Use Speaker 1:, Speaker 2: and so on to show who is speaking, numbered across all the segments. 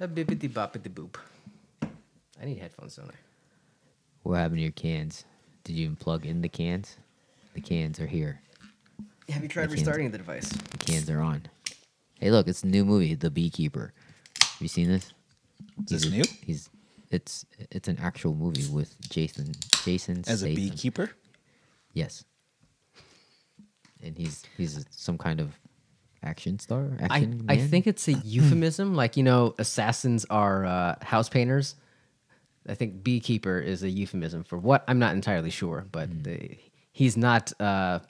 Speaker 1: A bippity boppity boop. I need headphones, don't I?
Speaker 2: What happened to your cans? Did you even plug in the cans? The cans are here.
Speaker 1: Have you tried
Speaker 2: can't.
Speaker 1: restarting the device?
Speaker 2: The cans are on. Hey, look, it's a new movie, The Beekeeper. Have you seen this?
Speaker 3: Is
Speaker 2: He's
Speaker 3: this
Speaker 2: a-
Speaker 3: new?
Speaker 2: He's it's it's an actual movie with Jason Jason
Speaker 3: As a
Speaker 2: Statham.
Speaker 3: beekeeper?
Speaker 2: Yes. And he's he's some kind of action star.
Speaker 1: I,
Speaker 2: Action
Speaker 1: I
Speaker 2: man?
Speaker 1: think it's a euphemism. Like, you know, assassins are uh, house painters. I think beekeeper is a euphemism for what? I'm not entirely sure, but the, he's not uh,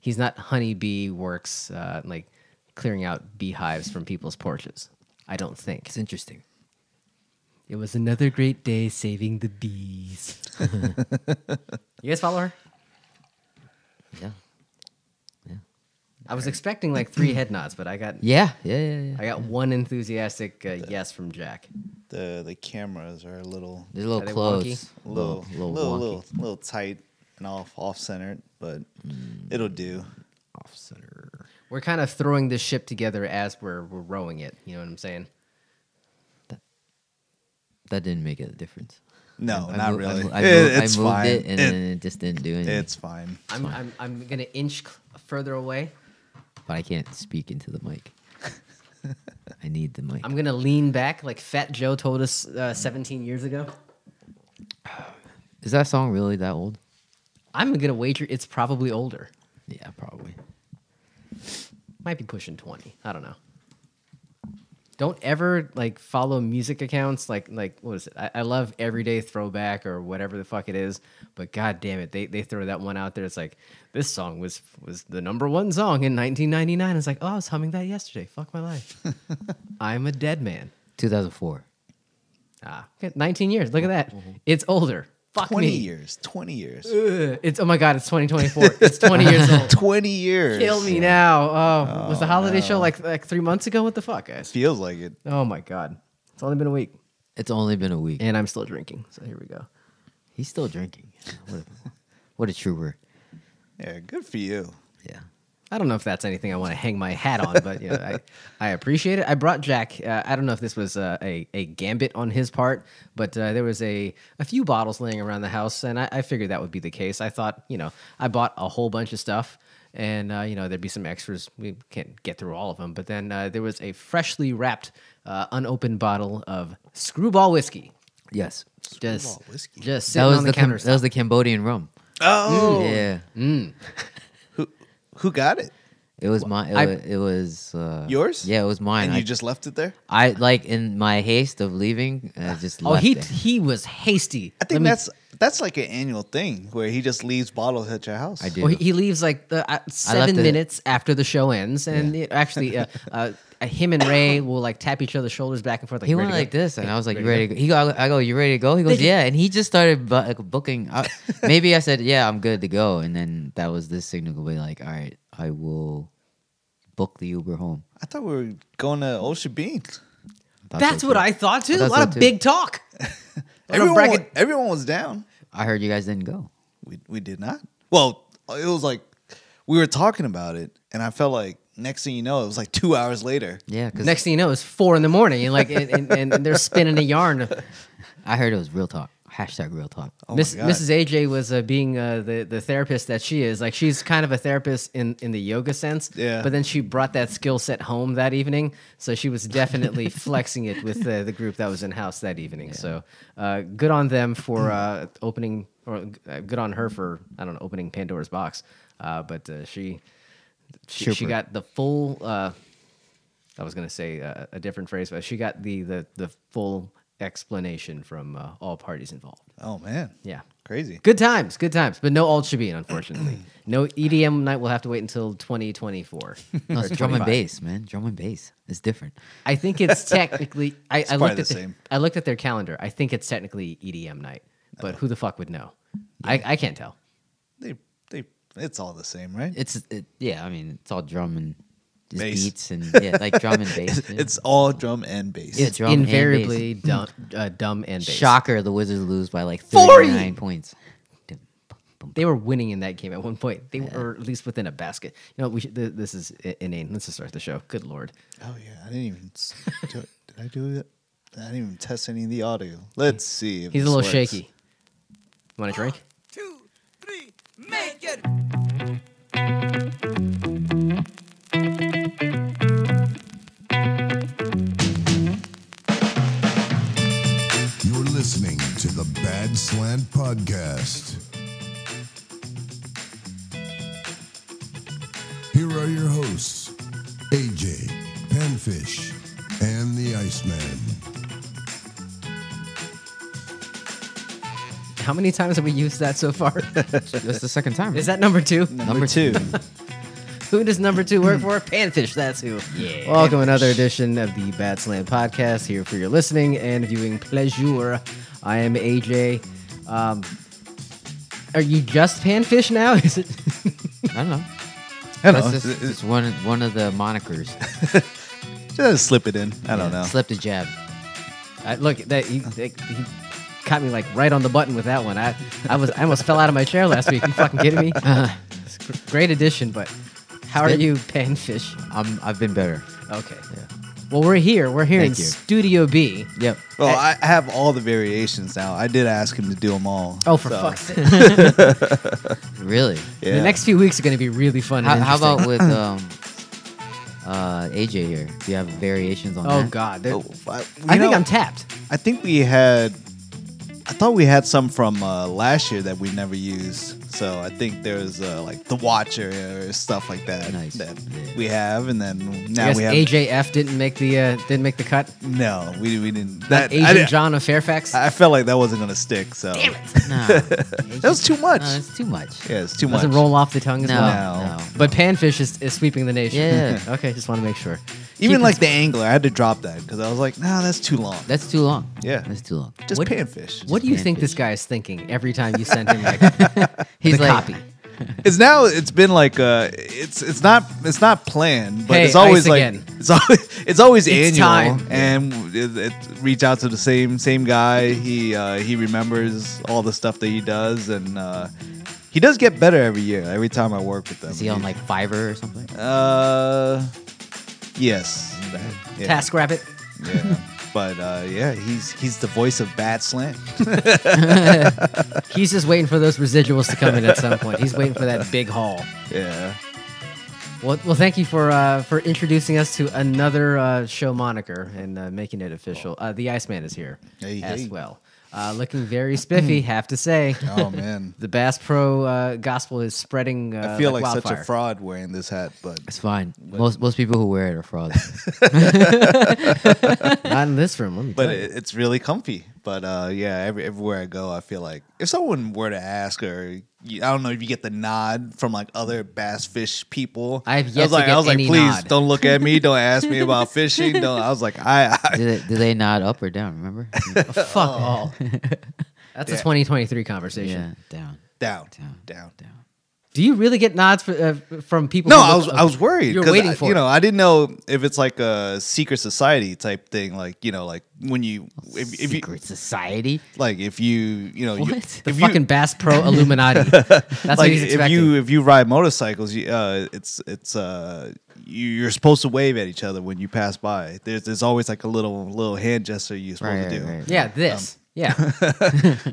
Speaker 1: he's not honeybee works uh, like clearing out beehives from people's porches. I don't think.
Speaker 2: it's interesting.
Speaker 1: It was another great day saving the bees. you guys follow her?
Speaker 2: Yeah.
Speaker 1: I was expecting like three head nods, but I got
Speaker 2: Yeah, yeah, yeah, yeah.
Speaker 1: I got one enthusiastic uh, yes from Jack.
Speaker 3: The the cameras are a little
Speaker 2: They're a little
Speaker 1: Are they
Speaker 2: close.
Speaker 1: wonky?
Speaker 3: little
Speaker 2: little
Speaker 3: little
Speaker 2: wonky.
Speaker 3: little, little, tight and off off centered, but
Speaker 2: Hmm.
Speaker 3: ittle do.
Speaker 2: Off center.
Speaker 1: We're kind of throwing this ship together as we're we're rowing it. You know what I'm saying?
Speaker 2: That didn't make a difference.
Speaker 3: No,
Speaker 2: I
Speaker 3: not
Speaker 2: moved- I
Speaker 3: really.
Speaker 2: mo- I
Speaker 3: It-
Speaker 2: moved, I
Speaker 3: it's
Speaker 2: moved
Speaker 3: fine.
Speaker 2: it and
Speaker 3: It-
Speaker 2: then it just didn't do anything.
Speaker 3: it's fine.
Speaker 1: I'm I'm I'm gonna inch cl- further away.
Speaker 2: but I can't speak into the mic. I need the mic.
Speaker 1: I'm gonna lean back like Fat Joe told us
Speaker 3: Mm-hmm.
Speaker 1: uh, 17 years ago.
Speaker 2: Is that song really that old?
Speaker 1: I'm gonna wager it's probably older.
Speaker 2: Yeah, probably.
Speaker 1: might be pushing 20 i don't know don't ever like follow music accounts like like what is it I, I love everyday throwback or whatever the fuck it is but god damn it they, they throw that one out there it's like this song was was the number one song in 1999 it's like oh i was humming that yesterday fuck my life i'm a dead man
Speaker 2: 2004.
Speaker 1: ah okay, 19 years look at that it's older fuck
Speaker 3: Twenty
Speaker 1: me
Speaker 3: years. Twenty years.
Speaker 1: Ugh, it's oh my god it's 2024 it's 20 years old
Speaker 3: Twenty years.
Speaker 1: kill me now oh, was the holiday show like like three months ago what the fuck guys
Speaker 3: Feels like it.
Speaker 1: Oh my god. It's only been a week.
Speaker 2: It's only been a week.
Speaker 1: And I'm still drinking. So here we go.
Speaker 2: He's still drinking. What a, what a trooper.
Speaker 3: Yeah, good for you.
Speaker 2: Yeah.
Speaker 1: I don't know if that's anything I want to hang my hat on, but you know, I, I appreciate it. I brought Jack. Uh, I don't know if this was uh, a, a gambit on his part, but uh, there was a, a few bottles laying around the house, and I, I figured that would be the case. I thought, you know, I bought a whole bunch of stuff, and, uh, you know, there'd be some extras. We can't get through all of them, but then uh, there was a freshly wrapped, uh, unopened bottle of screwball whiskey.
Speaker 2: Yes.
Speaker 1: Just,
Speaker 3: whiskey.
Speaker 1: just
Speaker 2: That
Speaker 1: sitting
Speaker 2: was
Speaker 1: on
Speaker 2: the,
Speaker 1: the,
Speaker 2: Cam-
Speaker 1: counter.
Speaker 2: that was the Cambodian rum.
Speaker 3: Oh,
Speaker 2: Mm, Yeah.
Speaker 3: who got it?
Speaker 2: It was my. It,
Speaker 1: I-
Speaker 2: wa- it was uh,
Speaker 3: Yours?
Speaker 2: Yeah, it was mine.
Speaker 3: And
Speaker 2: I,
Speaker 3: you just left it there?
Speaker 2: I like in my haste of leaving, I just
Speaker 1: Oh,
Speaker 2: left
Speaker 1: he
Speaker 2: it.
Speaker 1: he was hasty.
Speaker 3: I think that's that's like an annual thing where he just leaves bottles at your house.
Speaker 2: I do.
Speaker 1: Well, he, he leaves like the uh, seven
Speaker 2: it-
Speaker 1: minutes after the show ends, and it actually, uh, uh, uh, him and Ray will like tap each other's shoulders back and forth. Like,
Speaker 2: He
Speaker 1: "Ready
Speaker 2: went
Speaker 1: to go?"
Speaker 2: like this, and I was like, "You
Speaker 1: ready
Speaker 2: ready to go?" He go, I go, "You ready to go?" He goes,
Speaker 1: They-
Speaker 2: "Yeah," and he just started bu- like, booking. I, maybe I said, "Yeah, I'm good to go," and then that was this signal to be like, "All right, I will book the Uber home."
Speaker 3: I thought we were going to Ocean Beach.
Speaker 2: I thought
Speaker 1: That's
Speaker 2: so,
Speaker 1: what
Speaker 2: too.
Speaker 1: I thought too.
Speaker 2: thought
Speaker 1: a lot
Speaker 2: so,
Speaker 1: of
Speaker 2: too.
Speaker 1: big talk. A lot of
Speaker 3: Everyone, wa-
Speaker 1: bracket-
Speaker 3: everyone was down.
Speaker 2: I heard you guys didn't go.
Speaker 3: We we did not. Well, it was like we were talking about it, and I felt like next thing you know, it was like two hours later.
Speaker 2: Yeah, because
Speaker 1: Next thing you know, it's four in the morning, and like, and, and, and they're spinning a yarn.
Speaker 2: I heard it was real talk. Hashtag real talk.
Speaker 3: Oh my
Speaker 1: Miss,
Speaker 3: God.
Speaker 1: Mrs. AJ was uh, being uh, the the therapist that she is. Like she's kind of a therapist in in the yoga sense.
Speaker 3: Yeah.
Speaker 1: But then she brought that skill set home that evening, so she was definitely flexing it with uh, the group that was in house that evening. So uh, good on them
Speaker 3: Mm.
Speaker 1: for uh, opening, or uh, good on her for I don't know opening Pandora's box. Uh, but uh, she, she she
Speaker 2: Super.
Speaker 1: got the full. Uh, I was gonna say uh, a different phrase, but she got the the the full explanation from uh, all parties involved.
Speaker 3: Oh man,
Speaker 1: Yeah.
Speaker 3: crazy.
Speaker 1: Good times, good times, but no alt Shabin, unfortunately. no EDM night. We'll have to wait until 2024.
Speaker 2: No,
Speaker 1: or
Speaker 2: it's drum and
Speaker 1: 25.
Speaker 2: bass, man. Drum and bass is different.
Speaker 1: I think it's technically. I, I
Speaker 3: probably
Speaker 1: looked
Speaker 3: the
Speaker 1: at the-
Speaker 3: same.
Speaker 1: I looked at their calendar. I think it's technically EDM night, but who the fuck would know? I, I can't tell.
Speaker 3: They they it's all the same, right?
Speaker 2: It's it, yeah. I mean, it's all drum and just
Speaker 3: Bass.
Speaker 2: beats and yeah, like drum and bass.
Speaker 3: It's,
Speaker 2: yeah.
Speaker 3: it's all drum and bass.
Speaker 2: Yeah, drum and bass.
Speaker 1: Invariably dumb, uh, dumb and bass.
Speaker 2: Shocker, the Wizards lose by like
Speaker 1: 40.
Speaker 2: 39 points. Dum, bum, bum,
Speaker 1: They were winning in that game at one point. They were at least within a basket. You know, we should, th- this is i- inane. Let's just start the show. Good lord.
Speaker 3: Oh yeah, I didn't even. s- do, did I do that? I didn't even test any of the audio. Let's see. if
Speaker 1: He's a
Speaker 3: this
Speaker 1: little
Speaker 3: works.
Speaker 1: shaky. Want a drink?
Speaker 4: two, three, make it.
Speaker 5: You're listening to the Bad Slant Podcast. Here are your hosts, AJ, Panfish, and the Iceman.
Speaker 1: How many times have we used that so far?
Speaker 2: That's the second time.
Speaker 1: Is that number two?
Speaker 3: Number two.
Speaker 1: Who does number two work for? Panfish, that's who. Yeah. Welcome to another edition of the Bad Slant Podcast here for your listening and viewing pleasure. I am AJ. Um, are you just Panfish now? Is it?
Speaker 2: I don't know.
Speaker 3: I don't
Speaker 2: That's
Speaker 3: know.
Speaker 2: just, it's one one of the monikers.
Speaker 3: Just slip it in. I don't know.
Speaker 2: Slept a jab.
Speaker 1: I, look, that he, that- he caught me like right on the button with that one. I, I was I almost fell out of my chair last week. You fucking kidding me?
Speaker 3: Uh-huh.
Speaker 1: It's gr- great addition, but how are
Speaker 2: Spit.
Speaker 1: you, Panfish?
Speaker 2: I'm I've been better.
Speaker 1: Okay. Well, we're here. We're here
Speaker 2: Thank
Speaker 1: in
Speaker 2: you.
Speaker 1: Studio B.
Speaker 2: Yep.
Speaker 3: Well, I, I have all the variations now. I did ask him to do them all.
Speaker 1: Oh, for
Speaker 3: so,
Speaker 1: fuck's sake.
Speaker 2: Really.
Speaker 3: Yeah.
Speaker 1: The next few weeks are going to be really fun.
Speaker 2: How,
Speaker 1: and
Speaker 2: how
Speaker 1: interesting.
Speaker 2: about with um uh AJ here? Do you have variations on
Speaker 1: Oh
Speaker 2: that?
Speaker 1: God, they're-
Speaker 3: Oh, I,
Speaker 1: I
Speaker 3: you
Speaker 1: think
Speaker 3: know,
Speaker 1: I'm tapped.
Speaker 3: I think we had. I thought we had some from uh, last year that we never used. So I think there's uh, like the Watcher or stuff like that
Speaker 2: Nice.
Speaker 3: that
Speaker 2: Yeah.
Speaker 3: we have, and then now
Speaker 1: I guess
Speaker 3: we have.
Speaker 1: AJF didn't make the uh, didn't make the cut.
Speaker 3: No, we, we didn't. That I,
Speaker 1: Asian
Speaker 3: didn't-
Speaker 1: John of Fairfax.
Speaker 3: I felt like that wasn't gonna stick. So
Speaker 1: Damn it,
Speaker 2: Nah.
Speaker 3: that was too much.
Speaker 2: No, it's too much.
Speaker 3: yeah, it's too much.
Speaker 1: Uh, doesn't roll off the tongue as
Speaker 2: No,
Speaker 1: well.
Speaker 3: No.
Speaker 2: no.
Speaker 1: But Panfish is, is sweeping the nation.
Speaker 2: Yeah.
Speaker 1: okay, just want to make sure.
Speaker 3: Even
Speaker 1: Keep
Speaker 3: like the angler, I had to drop that because I was like, nah, that's too long.
Speaker 2: That's too long.
Speaker 3: Yeah.
Speaker 2: That's too long.
Speaker 3: Just
Speaker 1: what-
Speaker 3: panfish.
Speaker 1: What do you think
Speaker 2: Panfish.
Speaker 1: this guy is thinking every time you send him like
Speaker 2: He's
Speaker 1: the
Speaker 2: like
Speaker 1: copy?
Speaker 3: It's now. It's been like uh, it's it's not it's not planned, but
Speaker 1: Hey,
Speaker 3: it's always
Speaker 1: ice
Speaker 3: like
Speaker 1: again.
Speaker 3: it's always it's always
Speaker 1: It's
Speaker 3: annual,
Speaker 1: time.
Speaker 3: and it, it reach out to the same same guy. He uh, he remembers all the stuff that he does, and uh, he does get better every year. Every time I work with them,
Speaker 2: Is he on like Fiverr or something?
Speaker 3: Uh, yes, that, yeah,
Speaker 1: Task Rabbit.
Speaker 3: yeah. But uh, yeah, he's he's the voice of Bad Slant.
Speaker 1: He's just waiting for those residuals to come in at some point. He's waiting for that big haul.
Speaker 3: Yeah.
Speaker 1: Well, well, thank you for uh, for introducing us to another uh, show moniker and uh, making it official. Uh, the Iceman is here
Speaker 3: Hey,
Speaker 1: as
Speaker 3: hey.
Speaker 1: well, uh, looking very spiffy. have to say,
Speaker 3: Oh man,
Speaker 1: the Bass Pro uh, gospel is spreading. Uh,
Speaker 3: I feel like, such
Speaker 1: wildfire.
Speaker 3: a fraud wearing this hat, but
Speaker 2: It's fine. Most most people who wear it are frauds.
Speaker 1: Not in this room. Let me
Speaker 3: but
Speaker 1: tell you.
Speaker 3: it, it's really comfy. But uh, yeah, every, everywhere I go, I feel like if someone were to ask, or you, I don't know, if you get the nod from like other bass fish people,
Speaker 1: I have
Speaker 3: I
Speaker 1: yet
Speaker 3: was
Speaker 1: to
Speaker 3: like,
Speaker 1: get
Speaker 3: I was like,
Speaker 1: any
Speaker 3: please
Speaker 1: nod."
Speaker 3: don't look at me, don't ask me about fishing. Don't. I was like, I, I
Speaker 2: do they do they nod up or down, remember?
Speaker 1: fuck all. That's a
Speaker 3: Yeah.
Speaker 1: 2023 conversation.
Speaker 2: yeah, down.
Speaker 3: down,
Speaker 2: Down.
Speaker 3: down.
Speaker 2: Down.
Speaker 1: Do you really get nods for, uh, from people?
Speaker 3: No,
Speaker 1: who
Speaker 3: I
Speaker 1: look-
Speaker 3: was I was worried.
Speaker 1: You're
Speaker 3: 'cause
Speaker 1: waiting
Speaker 3: I-
Speaker 1: for
Speaker 3: you
Speaker 1: it.
Speaker 3: know I didn't know if it's like a secret society type thing, like you know, like when you if, if you
Speaker 2: Secret society?
Speaker 3: like if you you know you-
Speaker 2: What?
Speaker 1: the
Speaker 3: if you-
Speaker 1: fucking Bass Pro Illuminati. That's what
Speaker 3: like
Speaker 1: he's
Speaker 3: if
Speaker 1: expecting.
Speaker 3: you if you ride motorcycles, you, uh, it's it's uh, you, you're supposed to wave at each other when you pass by. There's there's always like a little little hand gesture you're supposed
Speaker 2: Right,
Speaker 3: to do.
Speaker 2: right, right.
Speaker 1: yeah,
Speaker 3: Um.
Speaker 1: this. yeah,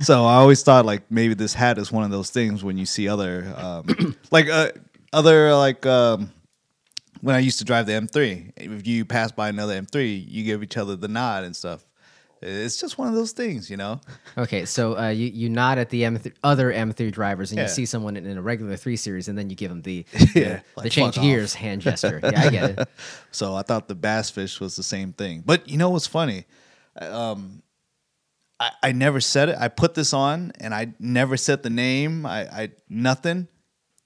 Speaker 3: So I always thought like maybe this hat is one of those things when you see other um, like uh, other like um, when I used to drive the M3. If you pass by another M3, you give each other the nod and stuff. It's just one of those things, you know.
Speaker 1: Okay, so uh, you you nod at the M th- other M3 drivers, and you
Speaker 3: Yeah.
Speaker 1: see someone in, in a regular three series, and then you give them the
Speaker 3: Yeah,
Speaker 1: the
Speaker 3: like,
Speaker 1: change
Speaker 3: fuck off.
Speaker 1: gears hand gesture. Yeah, I get it.
Speaker 3: So I thought the bass fish was the same thing. But you know what's funny? I, Um, I, I never said it. I put this on and I never said the name. I, I nothing.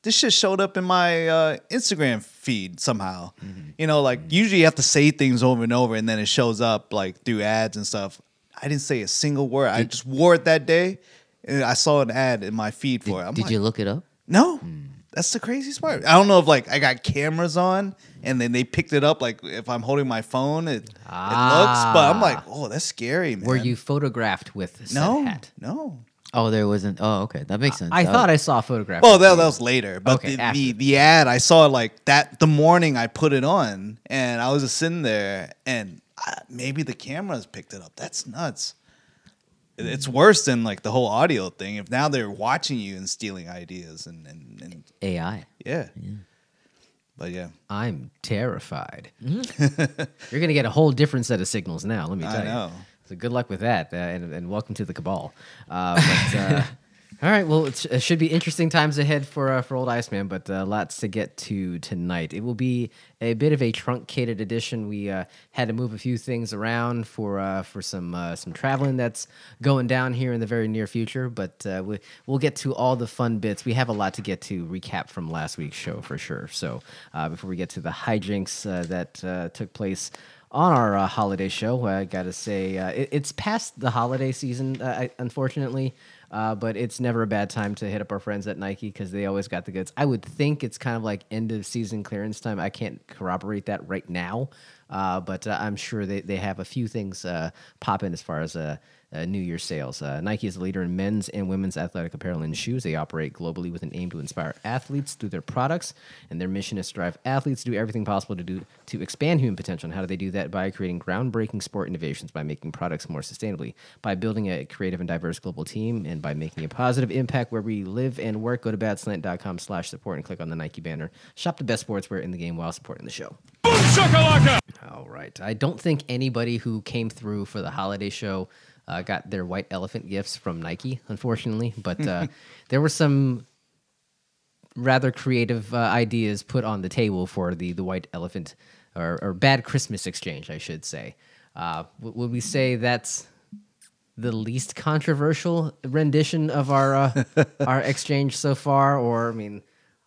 Speaker 3: This shit showed up in my uh, Instagram feed somehow.
Speaker 2: Mm-hmm.
Speaker 3: You know, like usually you have to say things over and over and then it shows up like through ads and stuff. I didn't say a single word. I just wore it that day and I saw an ad in my feed for it. I'm
Speaker 2: Did
Speaker 3: like,
Speaker 2: you look it up?
Speaker 3: no.
Speaker 1: Hmm.
Speaker 3: That's the craziest part. I don't know if like I got cameras on and then they picked it up. Like if I'm holding my phone, it, it looks. But I'm like, oh, that's scary, man.
Speaker 1: Ah. Were you photographed with said
Speaker 3: No,
Speaker 1: hat?
Speaker 3: no.
Speaker 2: Oh, there wasn't. Oh, okay, that makes sense.
Speaker 1: I
Speaker 2: That
Speaker 1: thought
Speaker 2: was-
Speaker 1: I saw a photograph.
Speaker 3: Well, Oh, that, that was later. But
Speaker 1: Okay,
Speaker 3: the,
Speaker 1: after.
Speaker 3: the the ad I saw like that the morning I put it on, and I was just sitting there, and I- maybe the cameras picked it up. That's nuts. It-
Speaker 1: Hmm.
Speaker 3: It's worse than like the whole audio thing. If now they're watching you and stealing ideas and and, and
Speaker 2: AI.
Speaker 3: yeah. But yeah,
Speaker 1: I'm terrified. You're going to get a whole different set of signals now, let me
Speaker 3: I
Speaker 1: tell you.
Speaker 3: know.
Speaker 1: So good luck with that, uh, and, and welcome to the cabal. Uh, but, uh, all right, well, it, sh- it should be interesting times ahead for uh, for old Iceman, but uh, lots to get to tonight. It will be a bit of a truncated edition. We uh, had to move a few things around for uh, for some uh, some traveling that's going down here in the very near future, but uh, we, we'll get to all the fun bits. We have a lot to get to recap from last week's show for sure. So uh, before we get to the hijinks uh, that uh, took place on our uh, holiday show. I gotta say, uh, it, it's past the holiday season, uh, I- unfortunately, uh, but it's never a bad time to hit up our friends at Nike because they always got the goods. I would think it's kind of like end of season clearance time. I can't corroborate that right now, uh, but uh, I'm sure they, they have a few things uh, popping as far as uh, uh, New Year sales. Uh, Nike is a leader in men's and women's athletic apparel and shoes. They operate globally with an aim to inspire athletes through their products, and their mission is to drive athletes to do everything possible to do to expand human potential. And how do they do that? By creating groundbreaking sport innovations, by making products more sustainably, by building a creative and diverse global team, and by making a positive impact where we live and work. Go to badslant.com slash support and click on the Nike banner. Shop the best sportswear in the game while supporting the show. All right. I don't think anybody who came through for the holiday show uh, got their white elephant gifts from Nike, unfortunately. But uh, there were some rather creative uh, ideas put on the table for the, the white elephant or, or bad Christmas exchange, I should say. Uh, w- would we say that's the least controversial rendition of our uh, our exchange so far, or I mean,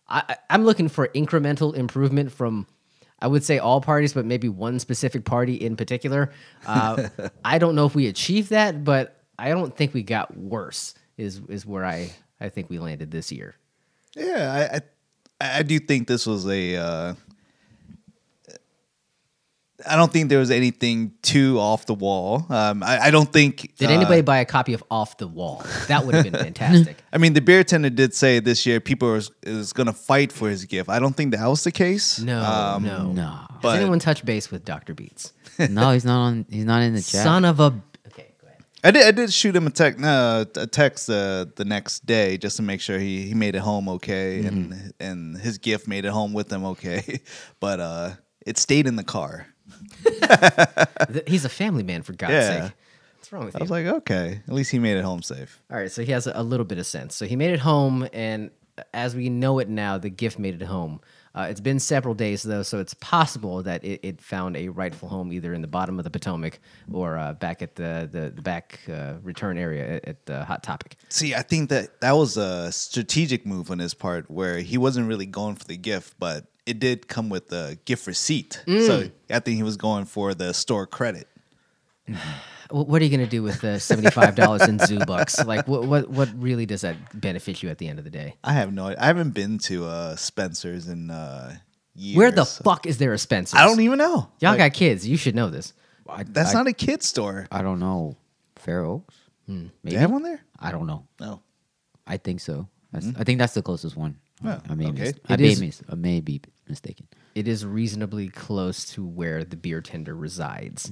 Speaker 1: I, I- I'm looking for incremental improvement from. I would say all parties, but maybe one specific party in particular. Uh, I don't know if we achieved that, but I don't think we got worse. Is is where I I think we landed this year.
Speaker 3: yeah, I I, I do think this was a. Uh, I don't think there was anything too off the wall. Um, I, I don't think
Speaker 1: Did
Speaker 3: uh,
Speaker 1: anybody buy a copy of Off the Wall? That would have been fantastic.
Speaker 3: I mean, the beer tender did say this year people are, is going to fight for his gift. I don't think that was the case. Uh,
Speaker 1: No, no,
Speaker 2: no.
Speaker 3: Um, but-
Speaker 1: Has anyone touch base with Doctor Beats?
Speaker 2: no, he's not on. He's not in the chat.
Speaker 1: Son of a. Okay, go ahead.
Speaker 3: I did. I did shoot him a, tec- no, a text uh, the next day just to make sure he, he made it home okay,
Speaker 1: Mm-hmm.
Speaker 3: and and his gift made it home with him okay, but uh, it stayed in the car.
Speaker 1: Th- He's a family man for God's
Speaker 3: Yeah.
Speaker 1: sake. What's wrong with
Speaker 3: I
Speaker 1: you?
Speaker 3: was like, okay, at least he made it home safe.
Speaker 1: All right, so he has a, a little bit of sense. So he made it home, and uh, as we know it now, the gift made it home. Uh, it's been several days though, so it's possible that it, it found a rightful home either in the bottom of the Potomac or uh, back at the the, the back uh, return area at, at the Hot Topic.
Speaker 3: See, I think that that was a strategic move on his part where he wasn't really going for the gift, but it did come with a gift receipt. So
Speaker 1: Mm.
Speaker 3: I think he was going for the store credit.
Speaker 1: Wh- What are you going to do with the seventy five dollars in zoo bucks? Like, what what what really does that benefit you at the end of the day?
Speaker 3: I have no. I haven't been to uh, Spencer's in uh, years.
Speaker 1: Where the fuck is there a Spencer's?
Speaker 3: I don't e even know.
Speaker 1: Y'all
Speaker 3: Like,
Speaker 1: got kids. You should know this.
Speaker 3: That's not a kid store.
Speaker 2: I don't know. Fair Oaks.
Speaker 3: Do they have one there?
Speaker 2: I don't know.
Speaker 3: No.
Speaker 2: I think so. That's, I think that's the closest one.
Speaker 3: Oh,
Speaker 2: I may
Speaker 3: Hmm. okay.
Speaker 2: mis- I,
Speaker 1: It
Speaker 2: may
Speaker 1: is-
Speaker 2: mis- I may be mistaken.
Speaker 1: it is reasonably close to where the beer tender resides.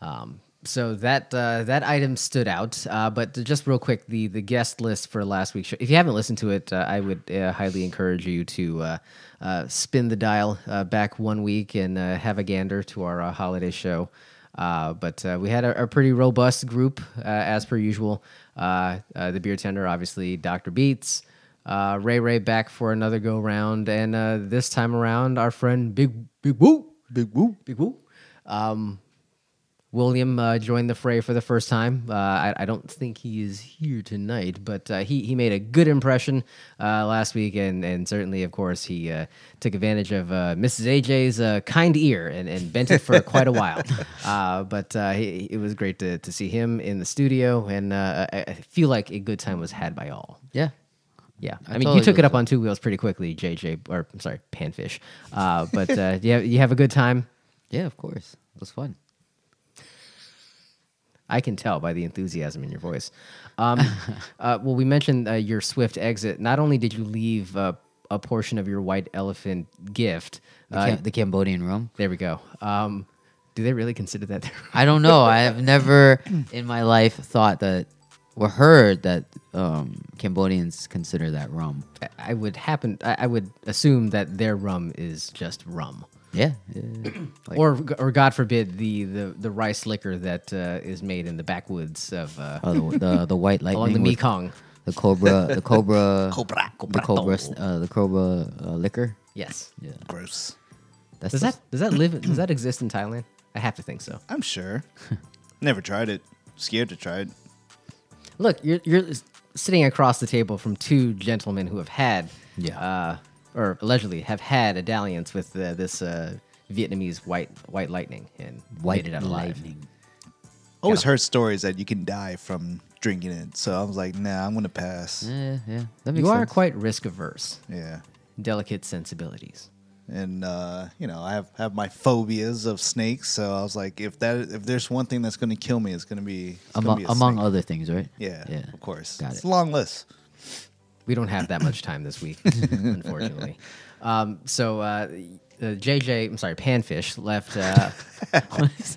Speaker 1: Um, so that uh, that item stood out. Uh, but just real quick, the the guest list for last week's show. If you haven't listened to it, uh, I would uh, highly encourage you to uh, uh, spin the dial uh, back one week and uh, have a gander to our uh, holiday show. Uh, but uh, we had a, a pretty robust group uh, as per usual. Uh, uh, the beer tender, obviously, Dr. Beats. Uh, Ray Ray back for another go round, and uh, this time around, our friend Big Big Woo, Big Woo, Big Woo, um, William uh, joined the fray for the first time. Uh, I, I don't think he is here tonight, but uh, he he made a good impression uh, last week, and and certainly, of course, he uh, took advantage of uh, Mrs. AJ's uh, kind ear and, and bent it for quite a while. Uh, but uh, he, it was great to to see him in the studio, and uh, I, I feel like a good time was had by all.
Speaker 2: Yeah.
Speaker 1: Yeah, I,
Speaker 2: I
Speaker 1: mean,
Speaker 2: totally
Speaker 1: you took
Speaker 2: agree
Speaker 1: it up
Speaker 2: with
Speaker 1: on two wheels pretty quickly, JJ, or I'm sorry, Panfish. Uh, but uh, you have, you have a good time.
Speaker 2: Yeah, of course. It was fun.
Speaker 1: I can tell by the enthusiasm in your voice. Um, uh, well, we mentioned uh, your swift exit. Not only did you leave uh, a portion of your white elephant gift,
Speaker 2: The,
Speaker 1: uh,
Speaker 2: Cam- the Cambodian room.
Speaker 1: there we go. Um, Do they really consider that? their-
Speaker 2: I don't know. I have never in my life thought that or heard that um, Cambodians consider that rum.
Speaker 1: I- I would happen. I, I would assume that their rum is just rum,
Speaker 2: Yeah, yeah. Like-
Speaker 1: or or God forbid the the, the rice liquor that uh, is made in the backwoods of uh,
Speaker 2: Oh, the, the the white lightning
Speaker 1: along the
Speaker 2: with
Speaker 1: Mekong.
Speaker 2: the cobra, the cobra,
Speaker 3: Cobra,
Speaker 2: the cobra, s- uh, the cobra uh, liquor.
Speaker 1: Yes.
Speaker 3: Gross.
Speaker 2: That's
Speaker 1: Does
Speaker 2: the-
Speaker 1: that does that live? Does that exist in Thailand? I have to think so.
Speaker 3: I'm sure. Never tried it. Scared to try it.
Speaker 1: Look, you're you're sitting across the table from two gentlemen who have had,
Speaker 2: Yeah.
Speaker 1: uh, or allegedly have had a dalliance with uh, this uh, Vietnamese white white lightning and
Speaker 2: white
Speaker 1: made it out alive.
Speaker 2: lightning.
Speaker 3: Always heard stories that you can die from drinking it. So I was like, nah, I'm gonna
Speaker 1: Mm.
Speaker 3: pass.
Speaker 2: Yeah, yeah. That makes
Speaker 1: You are
Speaker 2: sense.
Speaker 1: quite risk averse,
Speaker 3: Yeah.
Speaker 1: delicate sensibilities.
Speaker 3: And uh, you know, I have, have my phobias of snakes, so I was like, if that if there's one thing that's gonna kill me, it's gonna be, it's gonna
Speaker 2: among
Speaker 3: be a
Speaker 2: among
Speaker 3: snake.
Speaker 2: other things, right?
Speaker 3: Yeah,
Speaker 2: yeah.
Speaker 3: of course.
Speaker 2: Got it.
Speaker 3: it's a long list.
Speaker 1: We don't have that much time this week, unfortunately. Um, so uh, uh, JJ, I'm sorry, Panfish left. Uh,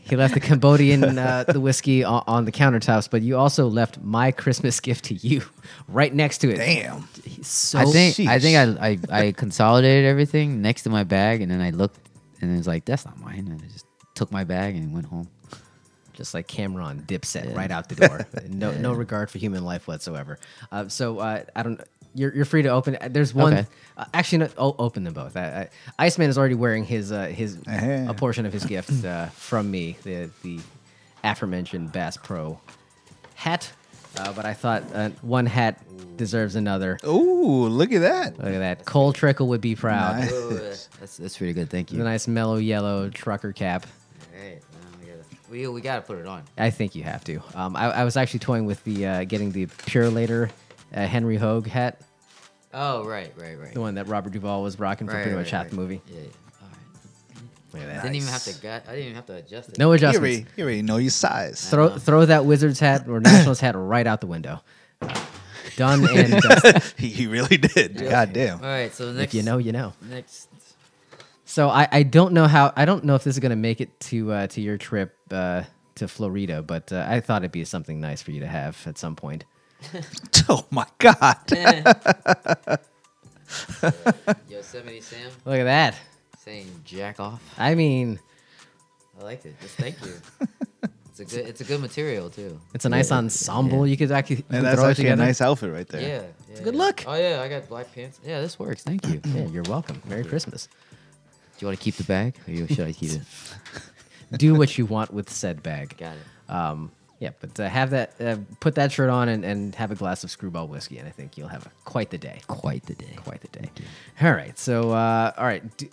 Speaker 1: he left the Cambodian uh, the whiskey on, on the countertops, but you also left my Christmas gift to you right next to it.
Speaker 3: Damn.
Speaker 1: He's so
Speaker 2: I think I
Speaker 3: sheesh.
Speaker 2: think I, I I consolidated everything next to my bag, and then I looked, and it was like that's not mine, and I just took my bag and went home.
Speaker 1: just like Cameron Dipset right out the door. No, no regard for human life whatsoever. Uh, so uh, I don't. You're, you're free to open. uh, There's one.
Speaker 2: Okay.
Speaker 1: Uh, actually, no, I'll open them both. I, I, Iceman is already wearing his uh, his
Speaker 3: Uh-huh.
Speaker 1: a portion of his gift uh, from me, the the aforementioned Bass Pro hat. Uh, but I thought uh, one hat deserves another.
Speaker 3: Ooh, look at that.
Speaker 1: Look at that. Cole Trickle would be proud.
Speaker 3: Nice.
Speaker 2: that's that's pretty good. Thank you.
Speaker 1: The nice mellow yellow trucker cap.
Speaker 2: we we gotta put it on.
Speaker 1: I think you have to. Um, I, I was actually toying with the uh, getting the Pure Later uh, Henry Hogue hat,
Speaker 2: Oh right, right, right.
Speaker 1: the one that Robert Duvall was rocking for pretty much half the movie.
Speaker 2: Yeah. All right.
Speaker 1: Look at that.
Speaker 2: Didn't even have
Speaker 3: Nice.
Speaker 2: to. Gut, I didn't even have to adjust it.
Speaker 1: No
Speaker 3: You
Speaker 1: adjustments.
Speaker 3: already, you already know your size.
Speaker 1: Throw throw that Wizards hat or Nationals hat right out the window. Done and dusted.
Speaker 3: he, he really did. God damn.
Speaker 2: All right. So
Speaker 1: if
Speaker 2: next,
Speaker 1: you know, you know.
Speaker 2: next.
Speaker 1: So I, I don't know how I don't know if this is gonna make it to uh, to your trip uh, to Florida, but uh, I thought it'd be something nice for you to have at some point.
Speaker 3: Oh my god.
Speaker 2: Yosemite Sam
Speaker 1: Look at that.
Speaker 2: saying jack off.
Speaker 1: I mean,
Speaker 2: I liked it. Just thank you. it's a good. It's a good material too.
Speaker 1: it's a nice ensemble. You could actually you
Speaker 3: And
Speaker 1: could
Speaker 3: that's
Speaker 1: throw it
Speaker 3: actually a
Speaker 1: together.
Speaker 3: nice outfit right
Speaker 2: Yeah.
Speaker 3: there.
Speaker 2: yeah
Speaker 1: a good look.
Speaker 2: Oh yeah, I got black pants. Yeah, this works. Thank you.
Speaker 1: Yeah, you're welcome. Merry Christmas.
Speaker 2: Do you want to keep the bag, or you- should I keep it?
Speaker 1: Do what you want with said bag.
Speaker 2: Got it.
Speaker 1: Um, yeah, but uh, have that, uh, put that shirt on and, and have a glass of screwball whiskey, and I think you'll have a, quite the day.
Speaker 2: Quite the day.
Speaker 1: Quite the day. All right, so uh, all right, d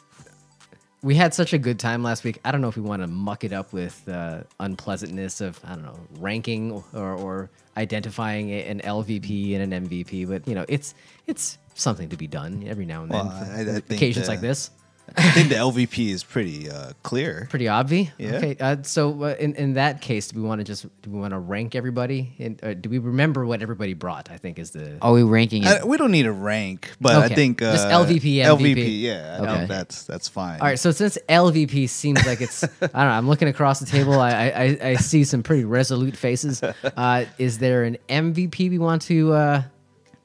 Speaker 1: we had such a good time last week. I don't know if we want to muck it up with uh, unpleasantness of I don't know ranking or, or identifying a- an LVP and an MVP, but you know it's it's something to be done every now and then.
Speaker 3: Well,
Speaker 1: for
Speaker 3: I- I think uh,
Speaker 1: occasions
Speaker 3: the-
Speaker 1: like this.
Speaker 3: I think the LVP is pretty uh, clear.
Speaker 1: Pretty obvi.
Speaker 3: Yeah.
Speaker 1: Okay. Uh, so uh, in in that case, do we want to just do we want to rank everybody? And uh, do we remember what everybody brought? I think is the
Speaker 2: Are we ranking it?
Speaker 3: I, we don't need a rank, but I
Speaker 1: Okay.
Speaker 3: think uh,
Speaker 1: Just LVP, MVP.
Speaker 3: LVP, yeah, I
Speaker 2: Okay.
Speaker 3: think that's that's fine.
Speaker 1: all right. So since LVP seems like it's I don't know. I'm looking across the table. I I, I- I see some pretty resolute faces. Uh, is there an MVP we want to uh,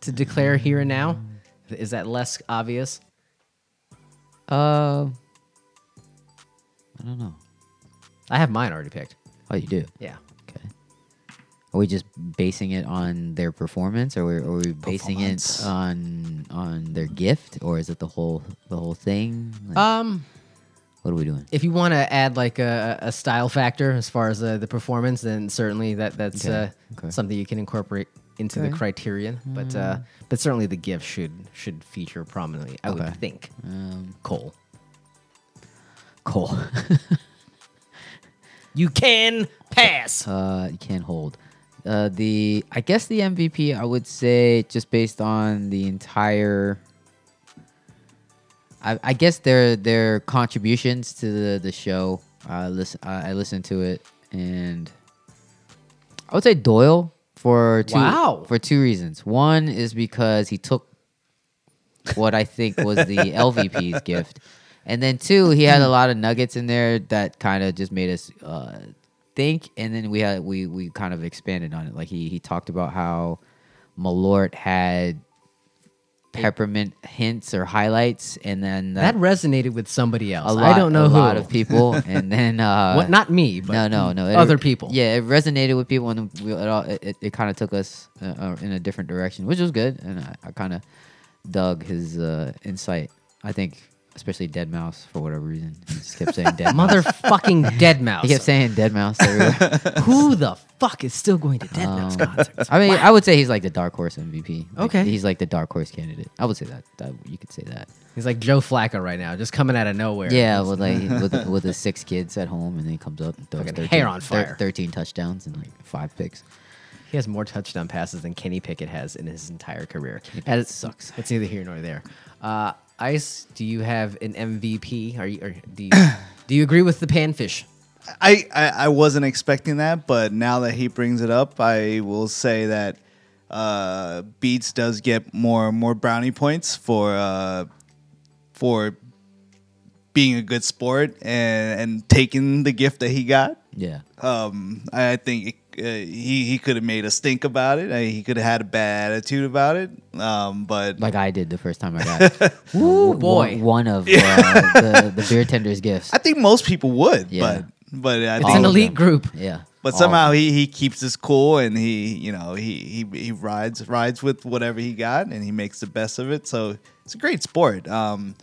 Speaker 1: to declare here and now? Is that less obvious?
Speaker 2: Uh, I don't know.
Speaker 1: I have mine already picked.
Speaker 2: Oh, you do.
Speaker 1: Yeah.
Speaker 2: Okay. Are we just basing it on their performance, or are we basing it
Speaker 3: Performance.
Speaker 2: on on their gift, or is it the whole the whole thing? Like,
Speaker 1: Um.
Speaker 2: what are we doing?
Speaker 1: if you want to add like a, a style factor as far as uh, the performance, then certainly that that's
Speaker 2: Okay,
Speaker 1: Uh,
Speaker 2: okay.
Speaker 1: something you can incorporate into the
Speaker 2: Okay. Mm.
Speaker 1: criterion. But uh, but certainly the gift should should feature prominently. I
Speaker 2: Okay.
Speaker 1: would think.
Speaker 2: Um,
Speaker 1: Cole,
Speaker 2: Cole,
Speaker 1: you can pass.
Speaker 2: uh, you can't hold. Uh, the I guess the MVP I would say just based on the entire. I, I guess their their contributions to the the show. I listen. I I listened to it, and I would say Doyle for two
Speaker 1: Wow.
Speaker 2: for two reasons. One is because he took what I think was the LVP's gift And then two, he
Speaker 1: Hmm.
Speaker 2: had a lot of nuggets in there that kind of just made us uh, think. And then we had we we kind of expanded on it. Like he he talked about how Malort had peppermint hints or highlights, and then
Speaker 1: That
Speaker 2: that,
Speaker 1: resonated with somebody else.
Speaker 2: a lot
Speaker 1: I don't know
Speaker 2: a
Speaker 1: who.
Speaker 2: lot of people. and then uh,
Speaker 1: What? Not me. But mm,
Speaker 2: no, no, no. It-
Speaker 1: Other people.
Speaker 2: Yeah, it resonated with people, and we, it all it, it, kind of took us uh, uh, in a different direction, which was good. And I, I kind of dug his uh, insight. I think, especially Dead Mouse, for whatever reason, he just kept saying Dead Mouse.
Speaker 1: Motherfucking Dead Mouse.
Speaker 2: He kept saying Dead Mouse. Everywhere.
Speaker 1: Who the fuck is still going to Dead Mouse
Speaker 2: Um,
Speaker 1: concerts?
Speaker 2: I mean, I would say he's like the dark horse MVP. Like,
Speaker 1: Okay.
Speaker 2: he's like the dark horse candidate. I would say that. that you could say that.
Speaker 1: He's like Joe Flacco right now, just coming out of nowhere.
Speaker 2: Yeah, with like with with his six kids at home, and then he comes up and throws
Speaker 1: Fucking
Speaker 2: 13,
Speaker 1: hair on
Speaker 2: thir-
Speaker 1: fire.
Speaker 2: thirteen touchdowns and like five picks.
Speaker 1: He has more touchdown passes than Kenny Pickett has in his entire career. That it sucks. It's neither here nor there. Uh, Ice, do you have an MVP? Are you? Or do you? do you agree with the panfish?
Speaker 3: I, I I wasn't expecting that, but now that he brings it up, I will say that uh, Beats does get more more brownie points for uh, for being a good sport and and taking the gift that he got.
Speaker 2: Yeah.
Speaker 3: Um, I think uh, he he could have made us think about it. Uh, he could have had a bad attitude about it. Um, but
Speaker 2: like I did the first time I got
Speaker 1: Ooh,
Speaker 2: one-
Speaker 1: boy.
Speaker 2: one of uh, the, the beer tender's gifts.
Speaker 3: I think most people would.
Speaker 2: Yeah.
Speaker 3: But but I
Speaker 1: It's
Speaker 3: think
Speaker 1: an
Speaker 2: of
Speaker 1: elite
Speaker 2: them.
Speaker 1: group.
Speaker 2: Yeah,
Speaker 3: But
Speaker 2: all
Speaker 3: somehow he, he keeps his cool and he you know he, he he rides rides with whatever he got and he makes the best of it. So it's a great sport. Um,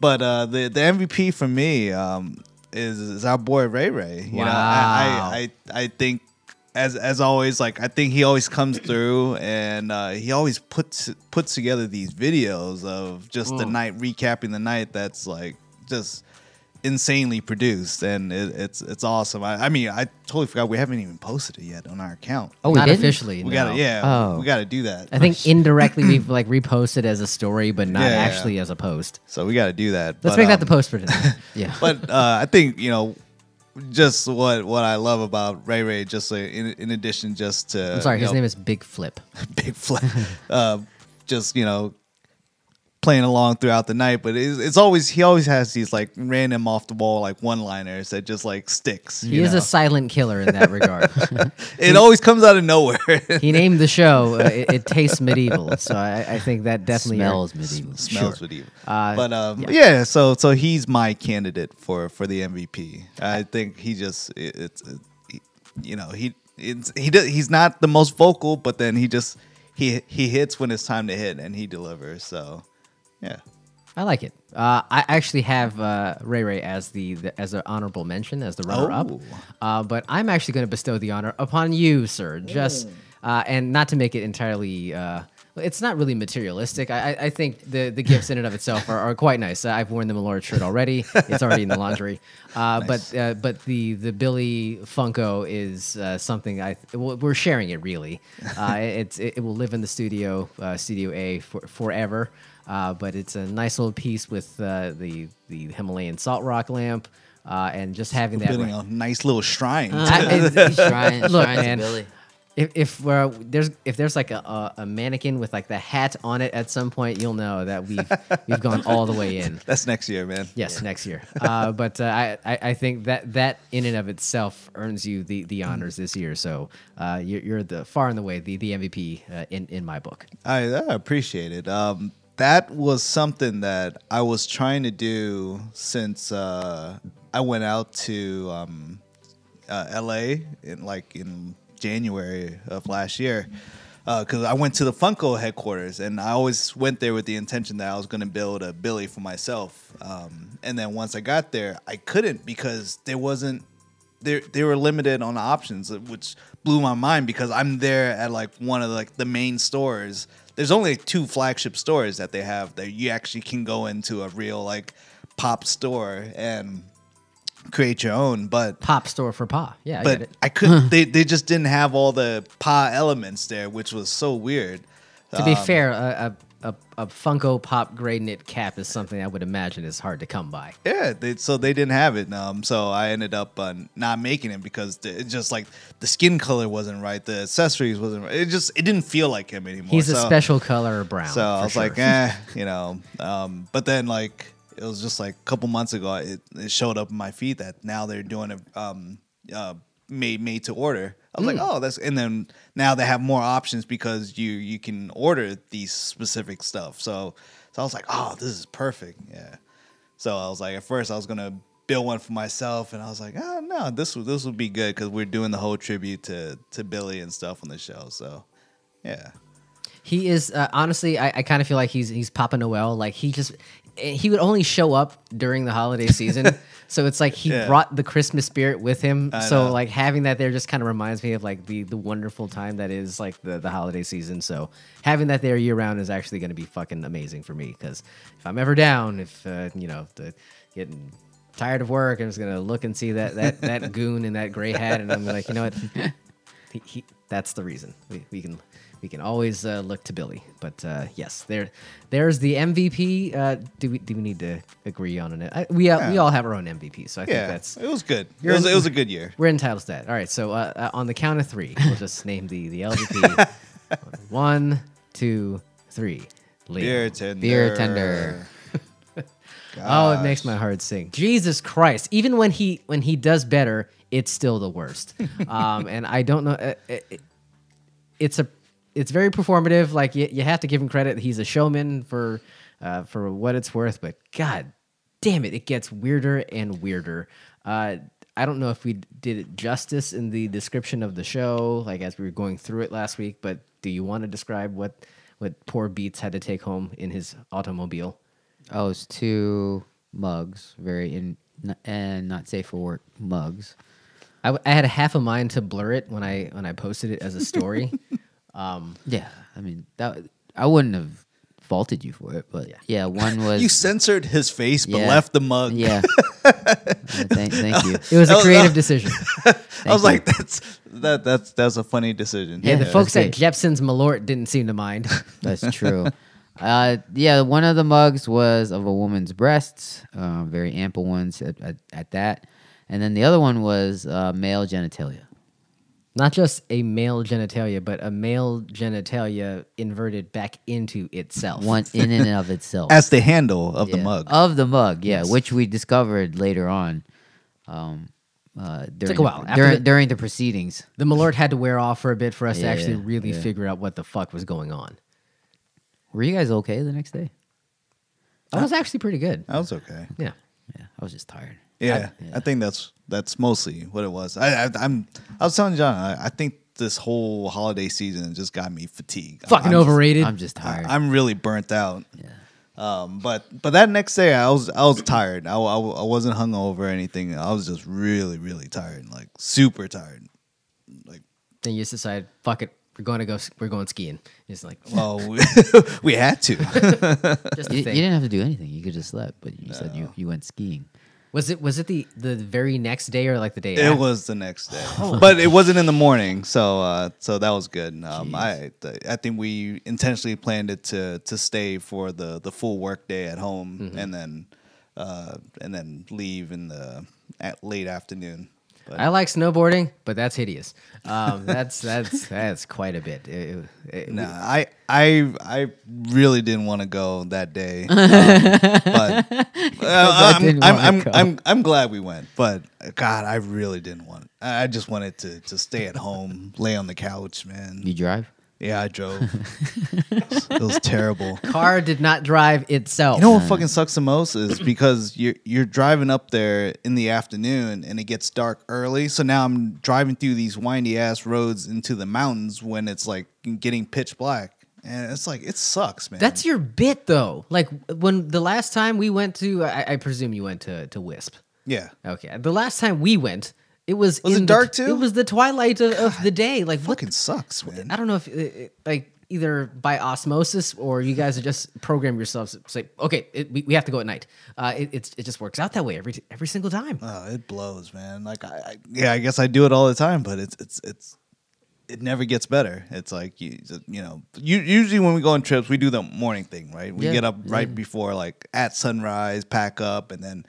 Speaker 3: but uh, the the MVP for me um, is, is our boy Ray Ray. You know,
Speaker 1: Wow.
Speaker 3: I, I I I think as as always like I think he always comes through and uh, he always puts puts together these videos of just
Speaker 1: Mm.
Speaker 3: the night recapping the night. That's like just insanely produced and it, it's it's awesome. I, I mean, I totally forgot we haven't even posted it yet on our account.
Speaker 2: Oh, we
Speaker 1: not
Speaker 2: didn't?
Speaker 1: officially.
Speaker 3: We
Speaker 1: no.
Speaker 3: gotta yeah,
Speaker 2: Oh.
Speaker 3: we gotta do that.
Speaker 1: I think indirectly we've like reposted as a story, but not
Speaker 3: Yeah, yeah,
Speaker 1: actually as a post.
Speaker 3: so we gotta do that.
Speaker 1: Let's
Speaker 3: But,
Speaker 1: make that the
Speaker 3: um,
Speaker 1: post for today.
Speaker 2: Yeah,
Speaker 3: but uh, I think you know, just what what I love about Ray Ray, just like, in in addition, just to
Speaker 1: I'm sorry,
Speaker 3: you
Speaker 1: his
Speaker 3: know,
Speaker 1: name is Big Flip.
Speaker 3: Big Flat, uh, just you know, playing along throughout the night. But it's, it's always he always has these like random off the wall like one liners that just like sticks.
Speaker 1: He is a silent killer in that regard.
Speaker 3: it always comes out of nowhere.
Speaker 1: he named the show. Uh, it, it tastes medieval, so I, I think that definitely
Speaker 2: smells medieval.
Speaker 3: Smells medieval.
Speaker 1: Uh,
Speaker 3: but um,
Speaker 1: yeah.
Speaker 3: yeah. so so he's my candidate for for the MVP. I think he just it, it's it, he- you know he it's, he does, he's not the most vocal, but then he just he he hits when it's time to hit and he delivers. So yeah,
Speaker 1: I like it. Uh, I actually have uh, Ray Ray as the, the as an honorable mention as the runner
Speaker 3: Oh.
Speaker 1: up, uh, but I'm actually going to bestow the honor upon you, sir. Just uh, and not to make it entirely. Uh, it's not really materialistic. I, I I think the, the gifts in and of itself are, are quite nice. I've worn the Malort shirt already. It's already in the laundry. Uh, But uh, but the the Billy Funko is uh, something I well, we're sharing it really. Uh, it's it, it will live in the studio uh, Studio A for, forever. Uh, but it's a nice little piece with uh, the the Himalayan salt rock lamp uh, and just having that.
Speaker 3: building a nice little shrine.
Speaker 1: I- I-
Speaker 2: Shrine,
Speaker 1: Look,
Speaker 2: shrine to
Speaker 1: man.
Speaker 2: Billy.
Speaker 1: if if uh, there's if there's like a, a, a mannequin with like the hat on it at some point, you'll know that we've we've gone all the way in.
Speaker 3: That's next year, man.
Speaker 1: Yes, next year. Uh, but uh, I, I I think that that in and of itself earns you the, the honors this year. So uh, you're, you're the far and away the the MVP uh, in in my book.
Speaker 3: I, I appreciate it. Um, that was something that I was trying to do since uh, I went out to um, uh, LA in like in January of last year. Because I went to the Funko headquarters, and I always went there with the intention that I was going to build a Billy for myself. Um, and then once I got there, I couldn't because there wasn't they they were limited on options, uh, which blew my mind because I'm there at like one of like the main stores. There's only two flagship stores that they have that you actually can go into a real like pop store and create your own. But
Speaker 1: Pop store for pa. Yeah, I get
Speaker 3: but
Speaker 1: it.
Speaker 3: I couldn't. they they just didn't have all the pa elements there, which was so weird.
Speaker 1: To
Speaker 3: um,
Speaker 1: be fair, a, a, a, a Funko Pop gray knit cap is something I would imagine is hard to come by.
Speaker 3: Yeah, they, so they didn't have it. Um, so I ended up uh, not making it because the, it just like the skin color wasn't right, the accessories wasn't right. It just it didn't feel like him anymore.
Speaker 1: He's a
Speaker 3: so-
Speaker 1: special color brown.
Speaker 3: So I
Speaker 1: for
Speaker 3: was
Speaker 1: sure.
Speaker 3: like, eh, you know. Um, but then like It was just like a couple months ago. It, it showed up in my feed that now they're doing a um, uh, made made to order. I was like,
Speaker 1: Hmm.
Speaker 3: oh, that's and then now they have more options because you you can order these specific stuff. So so I was like, oh, this is perfect. Yeah. So I was like, at first I was gonna build one for myself, and I was like, oh no, this will this will be good because we're doing the whole tribute to to Billy and stuff on the show. So yeah.
Speaker 1: He is uh, honestly, I, I kind of feel like he's he's Papa Noel. Like he just eh, he would only show up during the holiday season. so it's like he
Speaker 3: Yeah.
Speaker 1: brought the Christmas spirit with him. so
Speaker 3: know.
Speaker 1: like having that there just kind of reminds me of like the the wonderful time that is like the the holiday season. So having that there year round is actually going to be fucking amazing for me because if I'm ever down, if uh, you know the, getting tired of work, I'm just gonna look and see that that that goon in that gray hat, and I'm like, you know what. he, he, that's the reason we, we can we can always uh, look to Billy. But uh, yes, there there's the MVP. Uh, do we do we need to agree on it? I, we uh, we
Speaker 3: Yeah.
Speaker 1: all have our own MVP, so I think
Speaker 3: Yeah,
Speaker 1: that's
Speaker 3: it was good. It
Speaker 1: You're
Speaker 3: was,
Speaker 1: in-
Speaker 3: it was a good year.
Speaker 1: we're entitled to that. All right, so uh, uh, on the count of three, we'll just name the the LVP. One, two, three. Leo.
Speaker 3: Beer tender.
Speaker 2: Beer tender.
Speaker 1: Oh, it makes my heart sing. Jesus Christ! Even when he when he does better, it's still the worst. um, and I don't know. uh, It, it- it's a it's very performative. Like you, you have to give him credit. He's a showman for uh, for what it's worth. But God damn it, it gets weirder and weirder. Uh, I don't know if we did it justice in the description of the show, like as we were going through it last week. But do you want to describe what what poor Beats had to take home in his automobile?
Speaker 2: Oh, it's two mugs, very in n- and not safe for work mugs.
Speaker 1: I, w- I had a half a mind to blur it when I when I posted it as a story.
Speaker 2: Yeah, I mean that I wouldn't have faulted you for it, but yeah, one was
Speaker 3: You censored his face, but
Speaker 2: Yeah.
Speaker 3: left the mug.
Speaker 2: yeah. Uh, thank, thank you.
Speaker 1: it was a
Speaker 3: Oh,
Speaker 1: creative decision.
Speaker 3: I was
Speaker 2: you.
Speaker 3: like, that's that that's that's a funny decision.
Speaker 1: Yeah, the
Speaker 2: Yeah,
Speaker 1: folks
Speaker 2: that's
Speaker 1: at
Speaker 2: great.
Speaker 1: Jepson's Malort didn't seem to mind.
Speaker 2: That's true. uh, yeah, one of the mugs was of a woman's breasts, um, very ample ones at, at, at that, and then the other one was uh, male genitalia.
Speaker 1: Not just a male genitalia, but a male genitalia inverted back into itself.
Speaker 2: One in and of itself.
Speaker 3: As the handle of the
Speaker 2: Yeah, Oh.
Speaker 3: mug.
Speaker 2: Of the mug, yeah,
Speaker 1: Yes.
Speaker 2: which we discovered later on. Um, uh, during
Speaker 1: a while.
Speaker 2: The,
Speaker 1: After
Speaker 2: during,
Speaker 1: the-
Speaker 2: during the proceedings.
Speaker 1: The Malort had to wear off for a bit for us to
Speaker 2: Yeah,
Speaker 1: actually really
Speaker 2: yeah.
Speaker 1: figure out what the fuck was going on.
Speaker 2: Were you guys okay the next day?
Speaker 1: That
Speaker 2: Uh,
Speaker 1: was actually pretty good.
Speaker 3: that was okay.
Speaker 1: Yeah.
Speaker 2: Yeah, I was just tired.
Speaker 3: Yeah, I, think that's that's mostly what it was. I, I I'm I was telling John, I, I think this whole holiday season just got me fatigued.
Speaker 1: Fucking
Speaker 3: I'm,
Speaker 1: overrated.
Speaker 2: I'm just tired.
Speaker 3: I, am really burnt out. Yeah. Um, but but that next day I was I was tired. I, I, I wasn't hungover or anything. I was just really really tired, like super tired. Like
Speaker 1: then you just decide, fuck it, we're going to go. s- We're going skiing. It's like
Speaker 3: well, we, we had to.
Speaker 1: just
Speaker 2: you,
Speaker 1: a
Speaker 2: you
Speaker 1: thing.
Speaker 2: didn't have to do anything. You could just slept, but you said you, you went skiing.
Speaker 1: Was it was it the the very next day or like the day?
Speaker 3: It
Speaker 1: after?
Speaker 3: was the next day, but it wasn't in the morning, so uh, so that was good. Um, I I think we intentionally planned it to to stay for the the full work day at home, and then uh, and then leave in the at late afternoon. But
Speaker 1: I like snowboarding, but that's hideous. Um, that's that's that's quite a bit. It- it- it-
Speaker 3: nah, I I I really didn't want to go that day, um, but uh, I'm,
Speaker 2: didn't
Speaker 3: I'm,
Speaker 2: wanna
Speaker 3: I'm,
Speaker 2: go.
Speaker 3: I'm I'm glad we went. But uh, God, I really didn't want. I I just wanted to to stay at home, lay on the couch, man.
Speaker 2: You drive?
Speaker 3: Yeah, I drove. it was terrible.
Speaker 1: Car did not drive itself.
Speaker 3: You know what fucking sucks the most is because you're you're driving up there in the afternoon and it gets dark early. So now I'm driving through these windy ass roads into the mountains when it's like getting pitch black, and it's like it sucks, man.
Speaker 1: that's your bit though. Like when the last time we went to, I, I presume you went to to Wisp.
Speaker 3: yeah.
Speaker 1: Okay, the last time we went, it was
Speaker 3: Was it
Speaker 1: in the
Speaker 3: dark,
Speaker 1: t-
Speaker 3: too?
Speaker 1: It was the twilight of, of the day. Like what?
Speaker 3: Fucking sucks, man.
Speaker 1: I don't know if it, it, like either by osmosis or you guys are just program yourselves. to Say okay, it, we, we have to go at night. Uh, it, it's, it just works out that way every t- every single time.
Speaker 3: Oh, it blows, man. Like I, I yeah, I guess I do it all the time, but it's it's it's it never gets better. It's like you you know, you, usually when we go on trips, we do the morning thing, right? We
Speaker 2: Yeah.
Speaker 3: get up right before like at sunrise, pack up, and then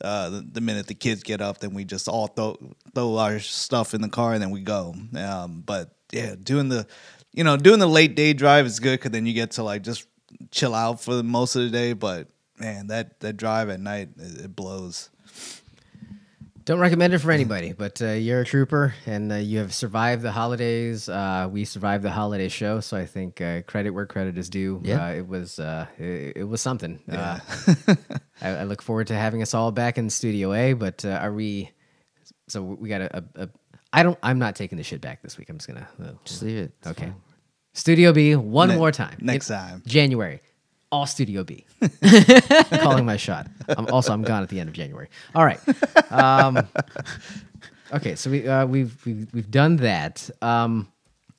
Speaker 3: uh, the, the minute the kids get up, then we just all throw throw our stuff in the car and then we go. Um, but yeah, doing the you know doing the late day drive is good because then you get to like just chill out for most of the day, but man, that that drive at night it, it blows.
Speaker 1: Don't recommend it for anybody, but uh, you're a trooper and uh, you have survived the holidays. Uh, we survived the holiday show, so I think uh, credit where credit is due.
Speaker 2: Yeah.
Speaker 1: Uh, it was uh, it, it was something. Uh, I, I look forward to having us all back in Studio A. But uh, are we? So we got a, a, a. I don't. I'm not taking the shit back this week. I'm just gonna. Uh,
Speaker 2: Just leave it. It's
Speaker 1: okay.
Speaker 2: fine.
Speaker 1: Studio B one
Speaker 3: Ne-
Speaker 1: more time.
Speaker 3: next time.
Speaker 1: January. All Studio B. I'm calling my shot. I'm, also, I'm gone at the end of January. All right. Um, okay, so we uh, we've, we've we've done that. Um,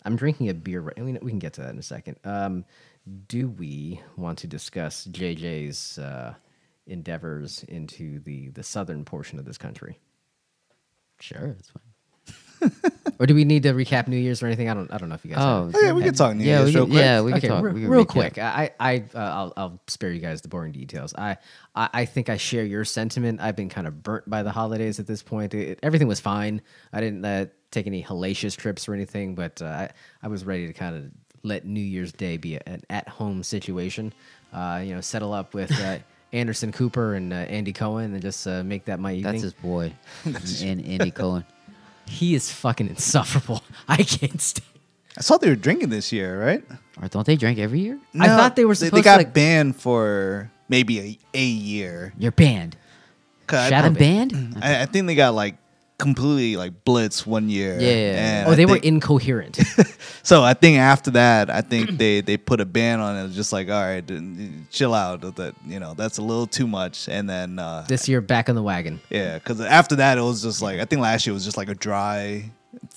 Speaker 1: I'm drinking a beer. Right, we we can get to that in a second. Um, do we want to discuss JJ's uh, endeavors into the the southern portion of this country,
Speaker 2: Sure, it's fine.
Speaker 1: or do we need to recap New Year's or anything? I don't I don't know if you guys. have-
Speaker 2: Oh,
Speaker 3: Oh, yeah, we could talk New
Speaker 2: yeah,
Speaker 3: Year's
Speaker 2: we
Speaker 3: real
Speaker 2: could-
Speaker 3: quick.
Speaker 2: Yeah, we could
Speaker 1: okay,
Speaker 2: talk.
Speaker 1: re-
Speaker 2: we could
Speaker 1: real
Speaker 2: recap.
Speaker 1: quick. I, I, uh, I'll, I'll spare you guys the boring details. I, I, I think I share your sentiment. I've been kind of burnt by the holidays at this point. It- everything was fine. I didn't uh, take any hellacious trips or anything, but uh, I, I was ready to kind of let New Year's Day be an at-home situation. Uh, you know, settle up with uh, Anderson Cooper and uh, Andy Cohen and just uh, make that my evening.
Speaker 2: That's his boy, and and Andy Cohen.
Speaker 1: he is fucking insufferable. I can't stand.
Speaker 3: I saw they were drinking this year, right?
Speaker 2: Or don't they drink every year?
Speaker 1: I thought they were
Speaker 3: They
Speaker 1: supposed to,
Speaker 3: got
Speaker 1: like-
Speaker 3: banned for maybe a, a year.
Speaker 2: You're banned.
Speaker 3: 'Cause I-
Speaker 1: Shadow
Speaker 2: I'm banned.
Speaker 3: I, I think they got like completely like blitz one year.
Speaker 2: Yeah, yeah, yeah.
Speaker 3: And
Speaker 1: Oh,
Speaker 3: I
Speaker 1: they were
Speaker 3: think-
Speaker 1: incoherent.
Speaker 3: So I think after that, I think they they put a ban on it. Just like, all right, then, chill out. That you know, that's a little too much. And then uh,
Speaker 1: this year, back on the wagon.
Speaker 3: yeah, because after that, it was just like I think last year was just like a dry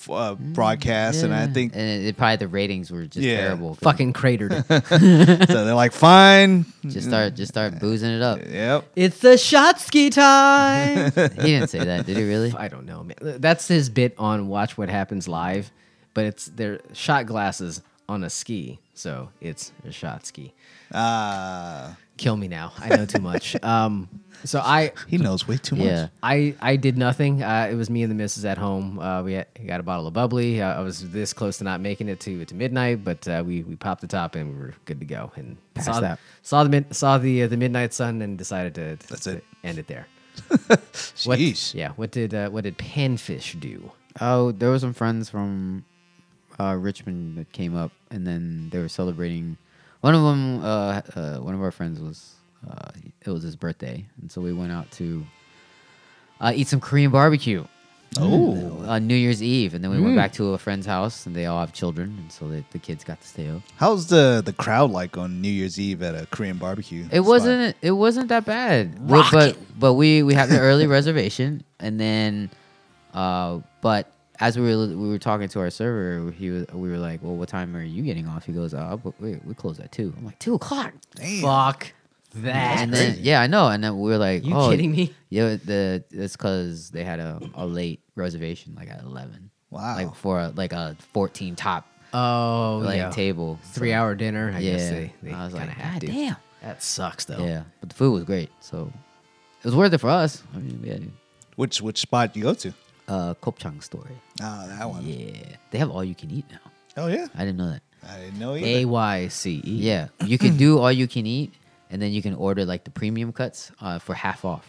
Speaker 3: uh,
Speaker 1: Mm,
Speaker 3: broadcast, and I
Speaker 2: Yeah.
Speaker 3: think
Speaker 2: and it, it- probably the ratings were just
Speaker 3: Yeah.
Speaker 2: terrible. 'cause
Speaker 1: Fucking cratered.
Speaker 3: so they're like, fine.
Speaker 2: just start just start boozing it up.
Speaker 3: Yep.
Speaker 1: It's the Shotsky time.
Speaker 2: He didn't say that, did he? Really?
Speaker 1: I don't know, man. That's his bit on Watch What Happens Live, but it's their shot glasses on a ski, so it's a shot ski.
Speaker 3: Ah,
Speaker 1: Kill me now. I know too much. Um, so I
Speaker 3: he knows way too much.
Speaker 2: Yeah.
Speaker 1: I, I did nothing. Uh, it was me and the missus at home. Uh, we, had, we got a bottle of bubbly. Uh, I was this close to not making it to to midnight, but uh, we we popped the top and we were good to go. And
Speaker 2: Pass
Speaker 1: saw
Speaker 2: that.
Speaker 1: saw the mid, saw the uh, the midnight sun and decided to, to-
Speaker 3: That's
Speaker 1: to
Speaker 3: it.
Speaker 1: end it there. What,
Speaker 3: Jeez.
Speaker 1: Yeah. What did uh, what did Panfish do?
Speaker 2: Oh, there were some friends from uh, Richmond that came up, and then they were celebrating. One of them, uh, uh, one of our friends was, uh, it was his birthday, and so we went out to uh, eat some Korean barbecue.
Speaker 3: Oh.
Speaker 2: on New Year's Eve, and then we
Speaker 1: Hmm.
Speaker 2: went back to a friend's house, and they all have children, and so the, the kids got to stay up.
Speaker 3: How's the the crowd like on New Year's Eve at a Korean barbecue?
Speaker 2: It
Speaker 3: spot?
Speaker 2: wasn't. It wasn't that bad. We- but but we we had an early reservation, and then, uh, but as we were we were talking to our server, he was, we were like, "Well, what time are you getting off?" He goes, "Uh, but we we close at 2. I'm like, two o'clock.
Speaker 1: Fuck that.
Speaker 2: And then yeah, I know. And then we were like,
Speaker 1: You
Speaker 2: "Oh,
Speaker 1: kidding me?"
Speaker 2: Yeah, the it's because they had a, a late reservation, like at eleven.
Speaker 3: Wow.
Speaker 2: Like for a, like a fourteen top
Speaker 1: oh
Speaker 2: like
Speaker 1: yeah.
Speaker 2: table.
Speaker 1: Three
Speaker 2: So-
Speaker 1: hour dinner. I
Speaker 2: yeah.
Speaker 1: guess they, they
Speaker 2: I was
Speaker 1: kind
Speaker 2: like,
Speaker 1: of have
Speaker 2: God
Speaker 1: to.
Speaker 2: damn.
Speaker 1: That sucks though.
Speaker 2: Yeah, but the food was great, so it was worth it for us. I mean, we had
Speaker 3: Which which spot you go to?
Speaker 2: uh, Kopchang story.
Speaker 3: Ah, that one.
Speaker 2: Yeah, they have all you can eat now.
Speaker 3: Oh yeah.
Speaker 2: I didn't know that.
Speaker 3: I didn't know either.
Speaker 1: A Y C E.
Speaker 2: Yeah, you can do all you can eat, and then you can order like the premium cuts uh, for half off.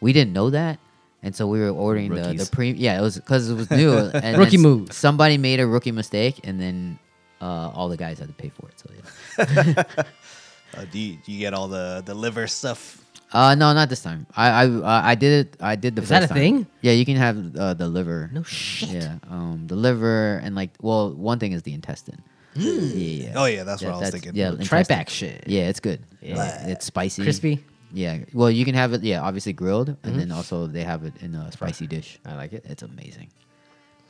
Speaker 2: We didn't know that, and so we were ordering the the
Speaker 1: Mm. Rookies.
Speaker 2: premium. Yeah, it was because it was new. And then
Speaker 1: Rookie
Speaker 2: s-
Speaker 1: move.
Speaker 2: Somebody made a rookie mistake, and then uh, all the guys had to pay for it. So yeah.
Speaker 3: Uh, do, you, do you get all the the liver stuff?
Speaker 2: Uh no, not this time. I I uh, I did it. I did the
Speaker 1: Is
Speaker 2: first
Speaker 1: that a
Speaker 2: time.
Speaker 1: thing?
Speaker 2: Yeah, you can have uh, the liver.
Speaker 1: No shit.
Speaker 2: Yeah, um, the liver and like well, one thing is the intestine. Yeah,
Speaker 1: Mm.
Speaker 2: yeah.
Speaker 3: Oh, yeah, that's what I was thinking.
Speaker 2: Yeah,
Speaker 1: Try
Speaker 2: intestine.
Speaker 1: back shit.
Speaker 2: Yeah, it's good.
Speaker 1: Yeah.
Speaker 2: Yeah, it's spicy,
Speaker 1: Crispy? Mm-hmm.
Speaker 2: Yeah. Well, you can have it. Yeah, obviously grilled, and then also they have it in a spicy dish.
Speaker 1: I like it.
Speaker 2: It's amazing.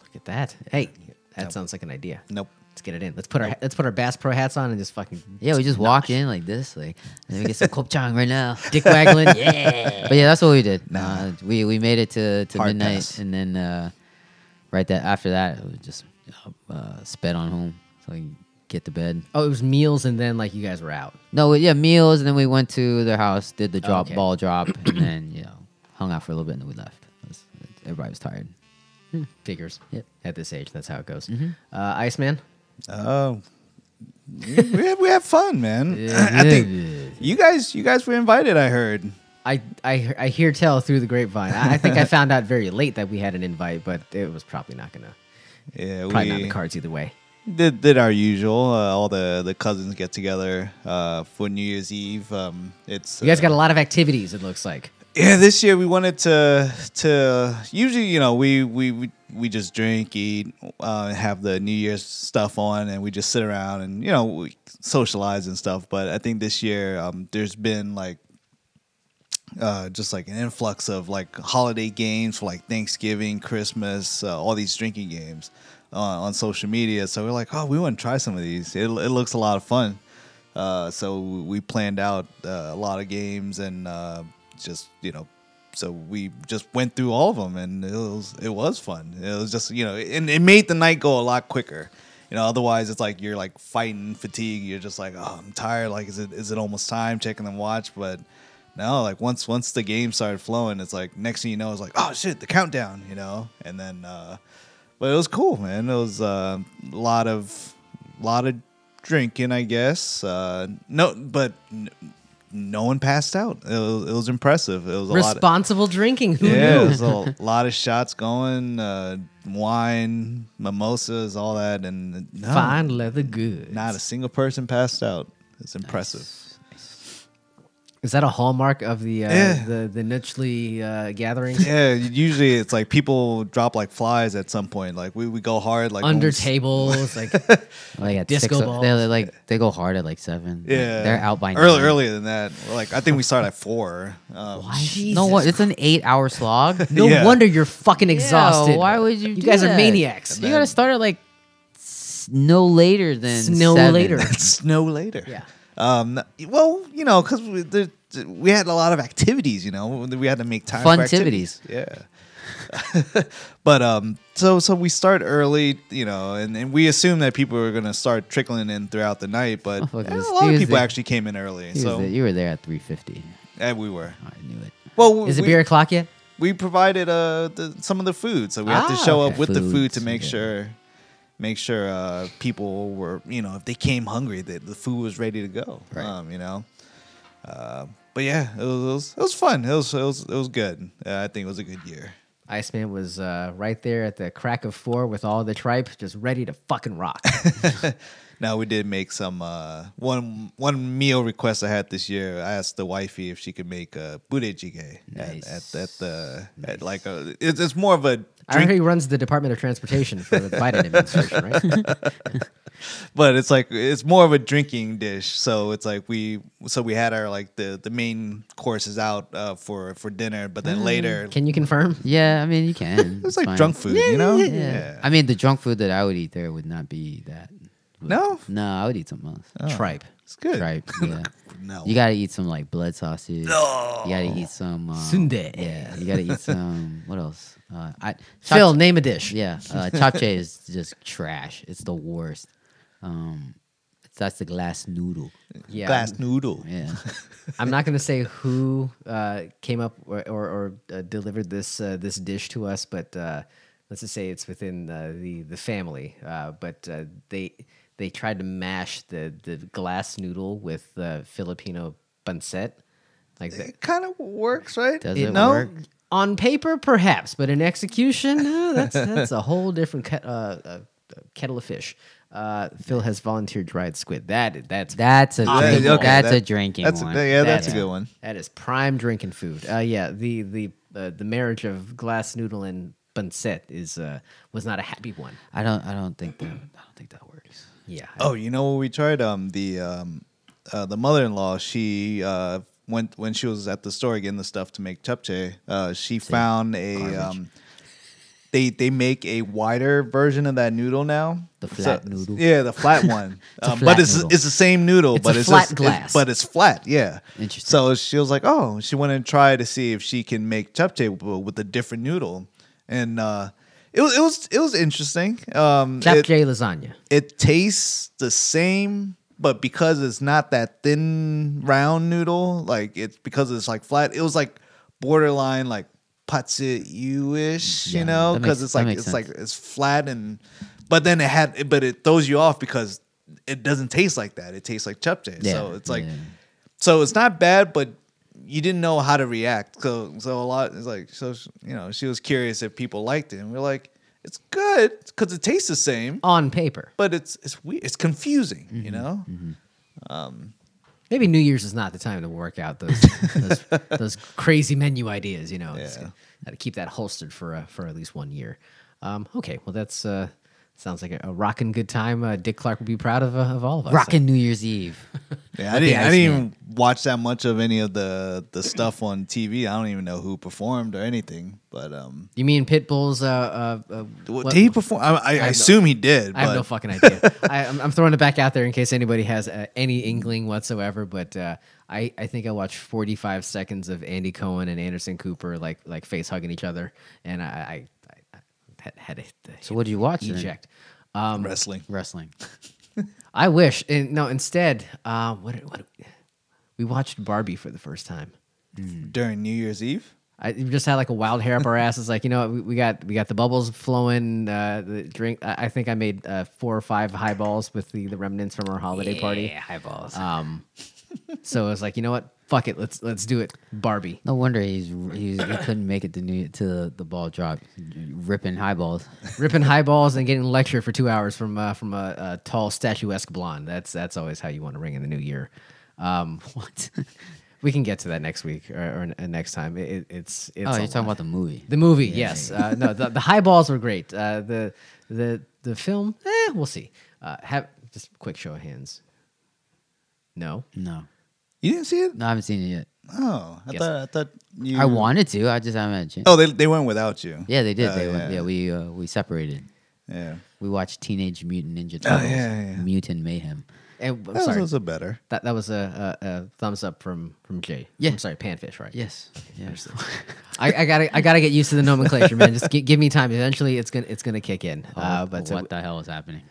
Speaker 1: Look at that. Hey, that sounds like an idea.
Speaker 3: Nope.
Speaker 1: Let's get it in. Let's put our let's put our Bass Pro hats on and just fucking
Speaker 2: Yeah, we just walk in like this, like let me get some kopchang right now.
Speaker 1: dick waggling. yeah.
Speaker 2: but yeah, that's what we did. Uh, we we made it to, to
Speaker 3: Hard
Speaker 2: midnight,
Speaker 3: pass.
Speaker 2: and then uh, right that after that, it was just uh, sped on home. So we get to bed.
Speaker 1: Oh, it was meals and then like you guys were out.
Speaker 2: No, yeah, meals, and then we went to their house, did the drop
Speaker 1: Okay.
Speaker 2: ball drop, and then you know hung out for a little bit, and then we left. It was- everybody was tired.
Speaker 1: Figures.
Speaker 2: Yep. Mm-hmm.
Speaker 1: At this age, that's how it goes. Uh, Iceman.
Speaker 3: Oh, we had, we had fun, man. I think you guys you guys were invited. I heard.
Speaker 1: I, I, I hear tell through the grapevine. I, I think I found out very late that we had an invite, but it was probably not gonna,
Speaker 3: Yeah,
Speaker 1: probably
Speaker 3: we
Speaker 1: not in the cards either way.
Speaker 3: did did our usual. Uh, all the the cousins get together uh, for New Year's Eve. Um, it's
Speaker 1: You guys
Speaker 3: uh,
Speaker 1: got a lot of activities. It looks like.
Speaker 3: yeah. This year we wanted to to usually you know we we we, we just drink, eat, uh, have the New Year's stuff on, and we just sit around and you know we socialize and stuff. But I think this year um, there's been like uh, just like an influx of like holiday games for like Thanksgiving, Christmas, uh, all these drinking games uh, on social media. So we're like, oh, we want to try some of these. It, it looks a lot of fun. Uh, so we planned out uh, a lot of games and uh, just you know, so we just went through all of them and it was it was fun. It was just you know, and it made the night go a lot quicker. You know, otherwise it's like you're like fighting fatigue. You're just like, oh, I'm tired. Like, is it is it almost time checking the watch? But no, like once once the game started flowing, it's like next thing you know, it's like oh shit, the countdown, you know. And then, uh, but it was cool, man. It was uh, a lot of lot of drinking, I guess. Uh, no, but n- no one passed out. It was, it was impressive. It was a lot. Of,
Speaker 1: Responsible drinking. Who
Speaker 3: yeah,
Speaker 1: knew?
Speaker 3: it was a lot of shots going, uh, wine, mimosas, all that, and no,
Speaker 1: Fine leather goods.
Speaker 3: Oh. not a single person passed out. It's impressive.
Speaker 1: Is that a hallmark of the uh,
Speaker 3: Yeah.
Speaker 1: the the Nutchley uh, gatherings?
Speaker 3: Yeah, usually it's like people drop like flies at some point. Like we, we go hard like
Speaker 1: Under
Speaker 3: when we-
Speaker 1: tables, like
Speaker 2: Like at
Speaker 1: Disco
Speaker 2: six,
Speaker 1: balls.
Speaker 2: they are like they go hard at like seven. Like,
Speaker 3: Yeah,
Speaker 2: they're out by
Speaker 3: early
Speaker 2: nine.
Speaker 3: earlier than that. Like I think we started at four. Um,
Speaker 2: Why? No,
Speaker 1: Jesus
Speaker 2: what? It's an eight-hour slog.
Speaker 1: no
Speaker 3: Yeah.
Speaker 1: wonder you're fucking exhausted.
Speaker 2: why would you
Speaker 1: You
Speaker 2: do
Speaker 1: guys are
Speaker 2: that?
Speaker 1: maniacs.
Speaker 2: you gotta start at like s- no later than
Speaker 1: No
Speaker 2: seven.
Speaker 1: later.
Speaker 3: snow later.
Speaker 1: Yeah.
Speaker 3: Um. Well, you know, because we, there- we had a lot of activities. You know, we had to make time for
Speaker 2: Funtivities.
Speaker 3: activities. Yeah. but um. So so we start early. You know, and, and we assumed that people were gonna start trickling in throughout the night, but
Speaker 2: Motherfuckers,
Speaker 3: eh, a lot of
Speaker 2: dudes,
Speaker 3: people
Speaker 2: they-
Speaker 3: actually came in early.
Speaker 2: You,
Speaker 3: So
Speaker 2: was- you were there at three fifty.
Speaker 3: eh, we were.
Speaker 2: I knew it.
Speaker 3: Well,
Speaker 1: Is it
Speaker 3: we,
Speaker 1: beer o'clock yet?
Speaker 3: we provided uh the, some of the food, so we have to
Speaker 1: Ah,
Speaker 3: show
Speaker 2: okay.
Speaker 3: up with the food
Speaker 2: Foods,
Speaker 3: to make
Speaker 2: yeah.
Speaker 3: sure make sure uh people were you know if they came hungry that the food was ready to go.
Speaker 2: Right.
Speaker 3: Um, you know. Uh, but yeah, it was, it was it was fun. It was it was it was good. Uh, I think it was a good year.
Speaker 1: Iceman was uh, right there at the crack of four with all the tripe, just ready to fucking rock.
Speaker 3: Now we did make some uh, one one meal request I had this year. I asked the wifey if she could make uh, budae jjigae
Speaker 2: Nice.
Speaker 3: at, at, at the at like a it's, it's more of a
Speaker 1: I heard
Speaker 3: drink
Speaker 1: he runs the Department of Transportation for the Biden administration, right?
Speaker 3: but it's like it's more of a drinking dish so it's like we so we had our like the the main courses out uh, for for dinner but
Speaker 2: Mm.
Speaker 3: then later
Speaker 1: Can you confirm?
Speaker 2: Yeah, I mean you can.
Speaker 3: it's like
Speaker 2: fine.
Speaker 3: drunk food you know
Speaker 2: Yeah. I mean the drunk food that I would eat there would not be that.
Speaker 3: No?
Speaker 2: No, I would eat something else.
Speaker 1: Tripe.
Speaker 3: it's Oh, good
Speaker 2: Tripe. Yeah.
Speaker 3: no
Speaker 2: You gotta eat some like blood sausage. No. You gotta eat
Speaker 3: Oh.
Speaker 2: some um,
Speaker 1: Sundae.
Speaker 2: Yeah. You gotta eat some. What else? Uh, I, chop-
Speaker 1: Phil, name a dish.
Speaker 2: Yeah, uh, chapche is just trash. It's the worst. Um, that's the glass noodle.
Speaker 1: Yeah.
Speaker 3: glass noodle
Speaker 2: Yeah,
Speaker 1: I'm not going to say who uh, came up or, or, or uh, delivered this uh, this dish to us, but uh, let's just say it's within uh, the the family. Uh, but uh, they they tried to mash the the glass noodle with uh, Filipino pancet, like that.
Speaker 3: it kind of works right
Speaker 2: does
Speaker 3: You
Speaker 2: it,
Speaker 3: know?
Speaker 2: work?
Speaker 1: On paper, perhaps, but in execution, no, that's that's a whole different ket- uh, uh, kettle of fish. Uh, Phil has volunteered dried squid. That that's
Speaker 2: That's a
Speaker 3: Yeah,
Speaker 2: drink,
Speaker 3: Ah, okay,
Speaker 2: that's a
Speaker 3: that-
Speaker 2: drinking
Speaker 3: that's
Speaker 2: one.
Speaker 3: A, yeah that's
Speaker 2: Yeah.
Speaker 3: a good one
Speaker 1: That is prime drinking food. Uh, yeah, the the uh, the marriage of glass noodle and pancet is uh, was not a happy one.
Speaker 2: I don't. I don't think that. I don't think that works.
Speaker 1: Yeah.
Speaker 3: Oh, you know what we tried? Um, the um, uh, the mother in law. She uh went when she was at the store getting the stuff to make chapche. Uh, she found a um. They they make a wider version of that noodle now.
Speaker 2: The flat noodle.
Speaker 3: Yeah, the flat one.
Speaker 2: a
Speaker 3: um,
Speaker 2: flat
Speaker 3: but it's
Speaker 2: noodle.
Speaker 3: it's the same noodle,
Speaker 1: It's
Speaker 3: but
Speaker 1: a
Speaker 3: it's
Speaker 1: flat
Speaker 3: just-
Speaker 1: glass.
Speaker 3: but it's flat. Yeah.
Speaker 2: Interesting.
Speaker 3: So she was like, oh, she went and tried to see if she can make chapche w- with a different noodle, and uh, it was it was it was interesting. Um, it-
Speaker 1: Japchae lasagna.
Speaker 3: it tastes the same, but because it's not that thin round noodle, like it's because it's like flat. It was like borderline like you ish,
Speaker 2: Yeah,
Speaker 3: you know,
Speaker 2: that
Speaker 3: because
Speaker 2: makes-
Speaker 3: it's
Speaker 2: that
Speaker 3: like
Speaker 2: makes
Speaker 3: it's
Speaker 2: sense.
Speaker 3: like it's flat and, but then it had, but it throws you off because it doesn't taste like that. It tastes like chapche.
Speaker 2: Yeah,
Speaker 3: so it's like,
Speaker 2: yeah.
Speaker 3: so it's not bad, but you didn't know how to react. So so a lot is like so sh- you know she was curious if people liked it, and we're like, it's good because it tastes the same,
Speaker 1: on paper.
Speaker 3: but it's it's weird. It's confusing, you know.
Speaker 1: Maybe New Year's is not the time to work out those those, those crazy menu ideas. You know, It's
Speaker 3: Yeah.
Speaker 1: gotta- gotta keep that holstered for uh, for at least one year. Um, okay, well that's uh, sounds like a, a rocking good time. Uh, Dick Clark would be proud of uh, of all of us.
Speaker 2: Rocking New Year's Eve.
Speaker 3: Yeah, I didn't. I didn't
Speaker 2: Iceman.
Speaker 3: even watch that much of any of the the stuff on TV. I don't even know who performed or anything. But um,
Speaker 1: You mean Pitbull's? Uh, uh, uh,
Speaker 3: well,
Speaker 1: what-
Speaker 3: did he perform? I, I, I
Speaker 1: no-
Speaker 3: assume he did.
Speaker 1: I have
Speaker 3: but
Speaker 1: no fucking idea. I, I'm, I'm throwing it back out there in case anybody has uh, any inkling whatsoever. But uh, I, I think I watched 45 seconds of Andy Cohen and Anderson Cooper like like face hugging each other, and I, I, I had, had a,
Speaker 2: So what did you watch then?
Speaker 1: Eject. Um,
Speaker 3: wrestling.
Speaker 2: Wrestling.
Speaker 1: I wish. And, no, instead, uh, what, what we watched Barbie for the first time.
Speaker 3: during New Year's Eve.
Speaker 1: I we just had like a wild hair up our asses. Like you know, we, we got we got the bubbles flowing. Uh, the drink. I, I think I made uh, four or five highballs with the, the remnants from our holiday party.
Speaker 2: Yeah, highballs.
Speaker 1: Um, so I was like, you know what? Fuck it. Let's let's do it. Barbie.
Speaker 2: No wonder he's, he's he couldn't make it to new to the, the ball drop, ripping highballs.
Speaker 1: Ripping highballs and getting lecture for two hours from uh, from a, a tall statuesque blonde. That's that's always how you want to ring in the new year. Um, what? we can get to that next week or, or n- uh, next time. It, it, it's it's.
Speaker 2: oh,
Speaker 1: a
Speaker 2: you're talking
Speaker 1: lot.
Speaker 2: about the movie.
Speaker 1: The movie, yes. Uh, no, the, the highballs were great. Uh, the the the film, eh, we'll see. Uh, have just a quick show of hands. No,
Speaker 2: no,
Speaker 3: You didn't see it?
Speaker 2: no, I haven't seen it yet.
Speaker 3: Oh, I
Speaker 1: Yes.
Speaker 3: thought I thought you.
Speaker 2: I wanted to, I just haven't had a chance.
Speaker 3: Oh, they they went without you.
Speaker 2: Yeah, they did.
Speaker 3: Oh,
Speaker 2: they yeah.
Speaker 3: yeah.
Speaker 2: yeah, we uh, we separated.
Speaker 3: Yeah,
Speaker 2: We watched Teenage Mutant Ninja
Speaker 3: Oh,
Speaker 2: Turtles,
Speaker 3: yeah, yeah.
Speaker 2: Mutant Mayhem.
Speaker 1: and, I'm
Speaker 3: that was,
Speaker 1: Eh, sorry.
Speaker 3: was a better.
Speaker 1: that that was a, a, a thumbs up from from Jay.
Speaker 2: Yeah.
Speaker 1: I'm sorry, Panfish, right?
Speaker 2: Yes, yeah.
Speaker 1: I, I gotta I gotta get used to the nomenclature, man. Just gi- give me time. Eventually, it's gonna it's gonna kick in. Uh, but uh,
Speaker 2: Oh, what the hell is happening?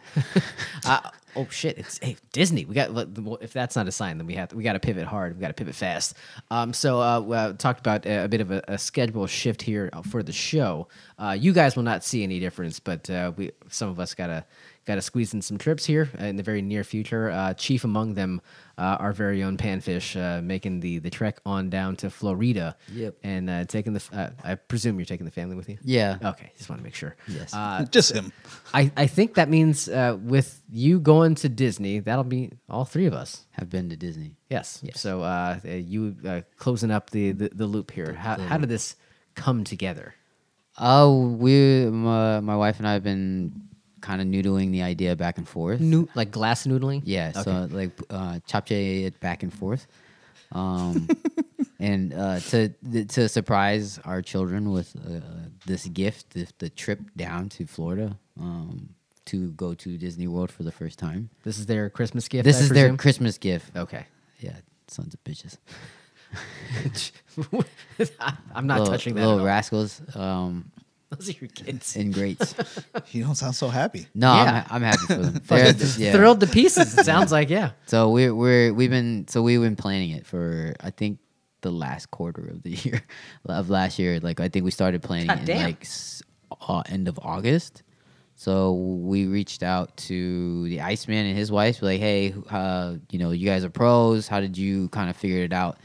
Speaker 1: uh, oh shit! It's hey Disney. We got well, if that's not a sign, then we have we got to pivot hard. We got to pivot fast. Um, so uh, we, uh, talked about uh, a bit of a, a schedule shift here for the show. Uh, you guys will not see any difference, but uh, we some of us gotta gotta squeeze in some trips here uh, in the very near future. Uh, chief among them, uh, our very own Panfish, uh, making the the trek on down to Florida.
Speaker 2: Yep.
Speaker 1: And uh, taking the f- uh, I presume you're taking the family with you.
Speaker 2: Yeah.
Speaker 1: Okay, just want to make sure.
Speaker 2: Yes.
Speaker 1: Uh,
Speaker 3: Just him.
Speaker 1: I, I think that means uh, with you going to Disney, that'll be all three of us.
Speaker 2: Have been to Disney.
Speaker 1: Yes. So uh, uh, you uh, closing up the, the, the loop here. How, how did this come together?
Speaker 2: Oh, we my, my wife and I have been kind of noodling the idea back and forth.
Speaker 1: Noo- like glass noodling?
Speaker 2: Yeah, so like uh, chapche it back and forth, um, and uh, to th- to surprise our children with uh, this gift, the, the trip down to Florida um, to go to Disney World for the first time.
Speaker 1: This is their Christmas gift.
Speaker 2: This
Speaker 1: I
Speaker 2: is their
Speaker 1: presume?
Speaker 2: Christmas gift.
Speaker 1: Okay.
Speaker 2: Yeah, sons of bitches.
Speaker 1: I'm not
Speaker 2: little,
Speaker 1: touching that.
Speaker 2: Little
Speaker 1: at all.
Speaker 2: rascals um,
Speaker 1: Those are your kids.
Speaker 2: and greats.
Speaker 3: You don't sound so happy.
Speaker 2: No,
Speaker 1: Yeah.
Speaker 2: I'm, I'm happy for them. They're, yeah.
Speaker 1: Thrilled to pieces. It sounds like yeah.
Speaker 2: So we're we're we've been so we've been planning it for I think the last quarter of the year of last year. Like I think we started planning
Speaker 1: God
Speaker 2: in
Speaker 1: damn.
Speaker 2: like s- uh, end of August. So we reached out to the Iceman and his wife, like, hey, uh, you know, you guys are pros. How did you kind of figure it out?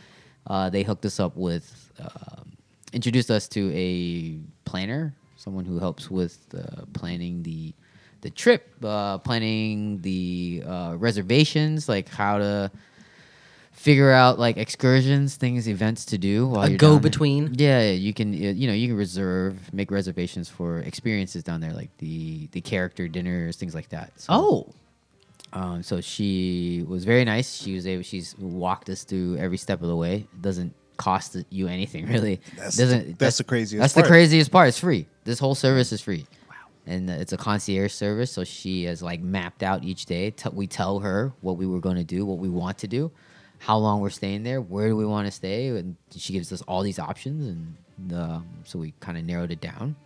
Speaker 2: Uh, they hooked us up with, um introduced us to a planner, someone who helps with uh, planning the the trip, uh, planning the uh, reservations, like how to figure out like excursions, things, events to do. While
Speaker 1: A
Speaker 2: you're down there.
Speaker 1: go-between?
Speaker 2: Yeah, yeah, you can. uh, You know, you can reserve, make reservations for experiences down there, like the the character dinners, things like that. So,
Speaker 1: Oh.
Speaker 2: um, so she was very nice. She was able. She's walked us through every step of the way. It doesn't cost you anything really.
Speaker 3: That's-
Speaker 2: doesn't.
Speaker 3: that's the craziest
Speaker 2: That's
Speaker 3: part.
Speaker 2: the craziest part. It's free. This whole service is free. Wow. And uh, it's a concierge service, so she has like mapped out each day. T- we tell her what we were going to do, what we want to do, how long we're staying there, where do we want to stay, and she gives us all these options, and um, so we kind of narrowed it down.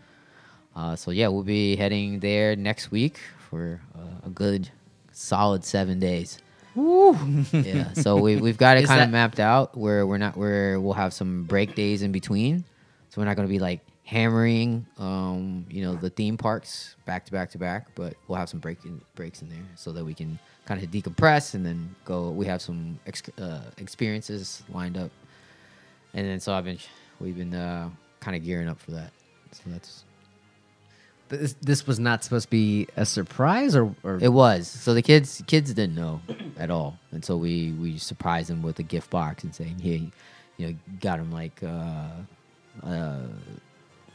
Speaker 2: Uh, so yeah, we'll be heading there next week for uh, a good, solid seven days. Woo! yeah, so we we've got it
Speaker 1: Is
Speaker 2: kind of
Speaker 1: that-
Speaker 2: mapped out where we're not where we'll have some break days in between, so we're not going to be like hammering, um, you know, the theme parks back to back to back. But we'll have some break in, breaks in there so that we can kind of decompress and then go. We have some ex- uh, experiences lined up, and then so I've been we've been uh, kind of gearing up for that. So that's
Speaker 1: Th- This, this was not supposed to be a surprise, or, or
Speaker 2: It was. So the kids kids didn't know at all. And so we we surprised them with a gift box and saying, "Here, you know, got them like uh, uh,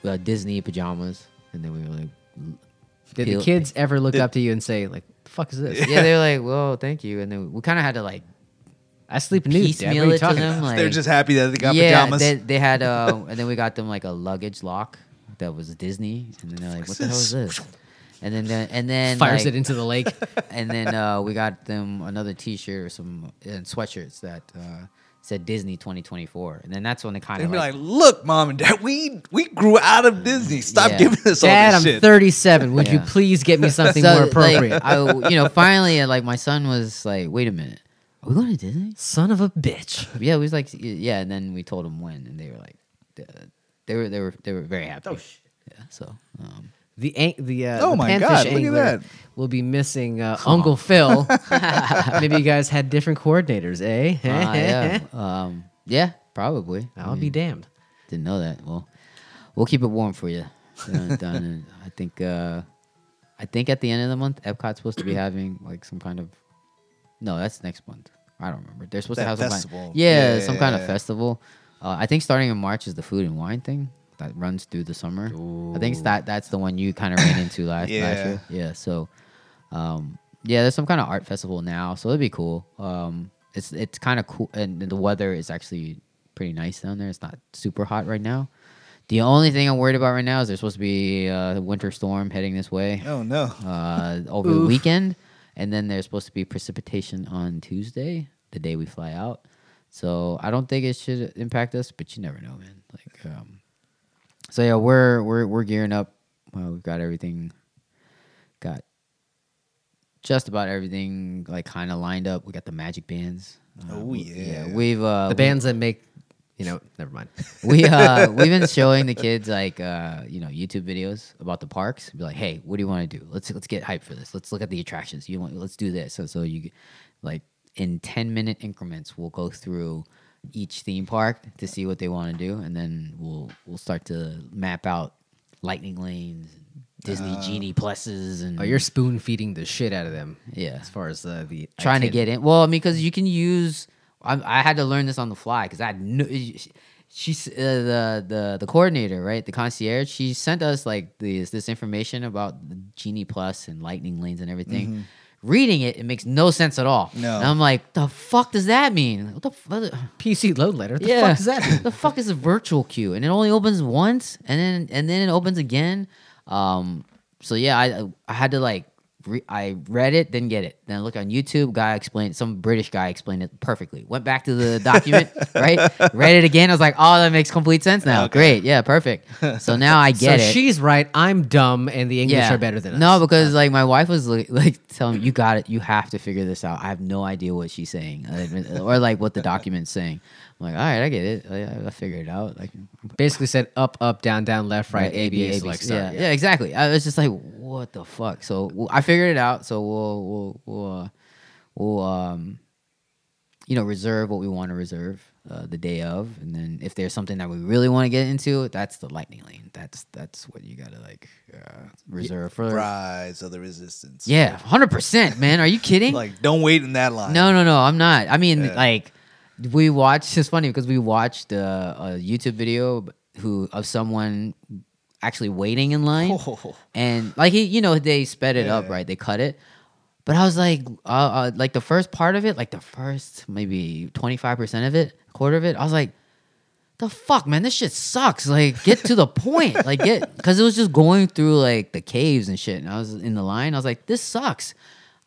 Speaker 2: uh, Disney pajamas." And then we were like,
Speaker 1: did
Speaker 2: peel-
Speaker 1: the kids ever look up to you and say like, "The fuck is this?"
Speaker 2: Yeah, they were like, "Whoa, thank you." And then we kind of had to like
Speaker 1: I sleep nude. Dad. What are
Speaker 2: piecemeal
Speaker 1: you
Speaker 2: it to
Speaker 1: talking
Speaker 2: them.
Speaker 1: about?
Speaker 2: Like,
Speaker 3: They're just happy that they got
Speaker 2: yeah,
Speaker 3: pajamas.
Speaker 2: They, they had, uh, and then we got them like a luggage lock that was Disney, and then they're like, "What the hell is this?" And then, the- and then
Speaker 1: Fires
Speaker 2: like,
Speaker 1: it into the lake.
Speaker 2: and then uh, we got them another T-shirt or some and sweatshirts that uh, said Disney 2024, and then that's when they kind
Speaker 3: They'd
Speaker 2: of
Speaker 3: be
Speaker 2: like,
Speaker 3: like, "Look, mom and dad, we we grew out of Disney. Stop
Speaker 2: Yeah.
Speaker 3: giving us
Speaker 1: Dad,
Speaker 3: all
Speaker 1: I'm
Speaker 3: this shit."
Speaker 1: 37. Would you
Speaker 2: Yeah.
Speaker 1: please get me something
Speaker 2: So,
Speaker 1: more
Speaker 2: like,
Speaker 1: appropriate?
Speaker 2: I, you know, finally, uh, like my son was like, "Wait a minute, are we going to Disney?"
Speaker 1: Son of a bitch.
Speaker 2: Yeah, we was like, "Yeah," and then we told them when, and they were like, uh, "They were, they were, they were very happy." Oh shit! Yeah, so. Um,
Speaker 1: The an- the uh,
Speaker 3: Oh
Speaker 1: the
Speaker 3: my
Speaker 1: panfish
Speaker 3: God, look at
Speaker 1: angler
Speaker 3: that.
Speaker 1: will be missing uh, Uncle Phil. Maybe you guys had different coordinators, eh?
Speaker 2: uh, yeah, Mm. um, yeah, probably. I
Speaker 1: I'll
Speaker 2: mean,
Speaker 1: be damned.
Speaker 2: Didn't know that. Well, we'll keep it warm for you. Down- down in- I think. Uh, I think at the end of the month, Epcot's supposed to be having like some kind of. No, that's next month. I don't remember. They're supposed
Speaker 3: That
Speaker 2: to have some Kind
Speaker 3: festival.
Speaker 2: yeah,
Speaker 3: Yeah,
Speaker 2: some
Speaker 3: yeah,
Speaker 2: kind
Speaker 3: yeah.
Speaker 2: of festival. Uh, I think starting in March is the food and wine thing that runs through the summer. I think it's that that's the one you kind of ran into last, last
Speaker 3: Yeah.
Speaker 2: year. Yeah. So, um, yeah, there's some kind of art festival now, so it'd be cool. Um, it's it's kind of cool, and the weather is actually pretty nice down there. It's not super hot right now. The only thing I'm worried about right now is there's supposed to be a winter storm heading this way
Speaker 3: oh no,
Speaker 2: uh, over the weekend, and then there's supposed to be precipitation on Tuesday, the day we fly out. So I don't think it should impact us, but you never know, man. Like, um, so yeah, we're we're we're gearing up. Well, we've got everything, got just about everything like kind of lined up. We got the magic bands. Uh,
Speaker 3: Oh,
Speaker 2: we-
Speaker 3: yeah.
Speaker 2: We've uh,
Speaker 1: The
Speaker 2: we-
Speaker 1: bands that make, you know, never mind.
Speaker 2: we uh we've been showing the kids like uh you know YouTube videos about the parks. Be like, hey, what do you want to do? Let's let's get hyped for this. Let's look at the attractions. You want let's do this. So so you like in ten minute increments, we'll go through each theme park to see what they want to do, and then we'll we'll start to map out lightning lanes, Disney genie pluses, and
Speaker 1: Uh. Oh, you're spoon feeding the shit out of them.
Speaker 2: Yeah.
Speaker 1: As far as uh, the
Speaker 2: trying to
Speaker 1: itinerary.
Speaker 2: get in. Well, I mean, because you can use. I, I had to learn this on the fly because I knew she- she's uh, the the the coordinator, right? The concierge. She sent us like this this information about the Genie Plus and Lightning Lanes and everything. Reading it, it makes no sense at all.
Speaker 3: No.
Speaker 2: and I'm like, the fuck does that mean? What the fuck?
Speaker 1: PC load letter. The
Speaker 2: yeah,
Speaker 1: fuck is that?
Speaker 2: the fuck is a virtual queue? And it only opens once, and then and then it opens again. Um, so yeah, I I had to like re- I read it, didn't get it. Then I looked on YouTube. Guy explained some British guy explained it perfectly. Went back to the document, right? Read it again. I was like, oh, that makes complete sense now. Great, yeah, perfect. So now I get
Speaker 1: so
Speaker 2: it.
Speaker 1: she's right. I'm dumb, and the English are better than us.
Speaker 2: No, because like my wife was like, like telling me, you got it, you have to figure this out. I have no idea what she's saying Uh, or like what the document's saying. I'm like, all right, I get it. I, I- I figure it out. Like,
Speaker 1: basically said up, up, down, down, left, right,
Speaker 2: A, B, A, B,
Speaker 1: ABA, select,
Speaker 2: C.
Speaker 1: start.
Speaker 2: yeah, yeah, exactly. I was just like, what the fuck? So w- I figured it out. So we'll we'll we'll uh, we'll um, you know, reserve what we want to reserve uh, the day of, and then if there's something that we really want to get into, that's the lightning lane. That's that's what you gotta like uh, reserve for.
Speaker 3: rise of the resistance.
Speaker 2: Yeah, hundred percent, man. Are you kidding?
Speaker 3: like don't wait in that line.
Speaker 2: no, no, no. I'm not. I mean,
Speaker 3: Yeah.
Speaker 2: like, we watched. It's funny because we watched uh, a YouTube video who of someone actually waiting in line,
Speaker 3: Oh.
Speaker 2: and like he, you know, they sped it up, right? They cut it. But I was like, uh, uh, like the first part of it, like the first maybe twenty five percent of it, quarter of it, I was like, the fuck, man, this shit sucks. Like, get to the point. Like, get because it was just going through like the caves and shit. And I was in the line. I was like, this sucks.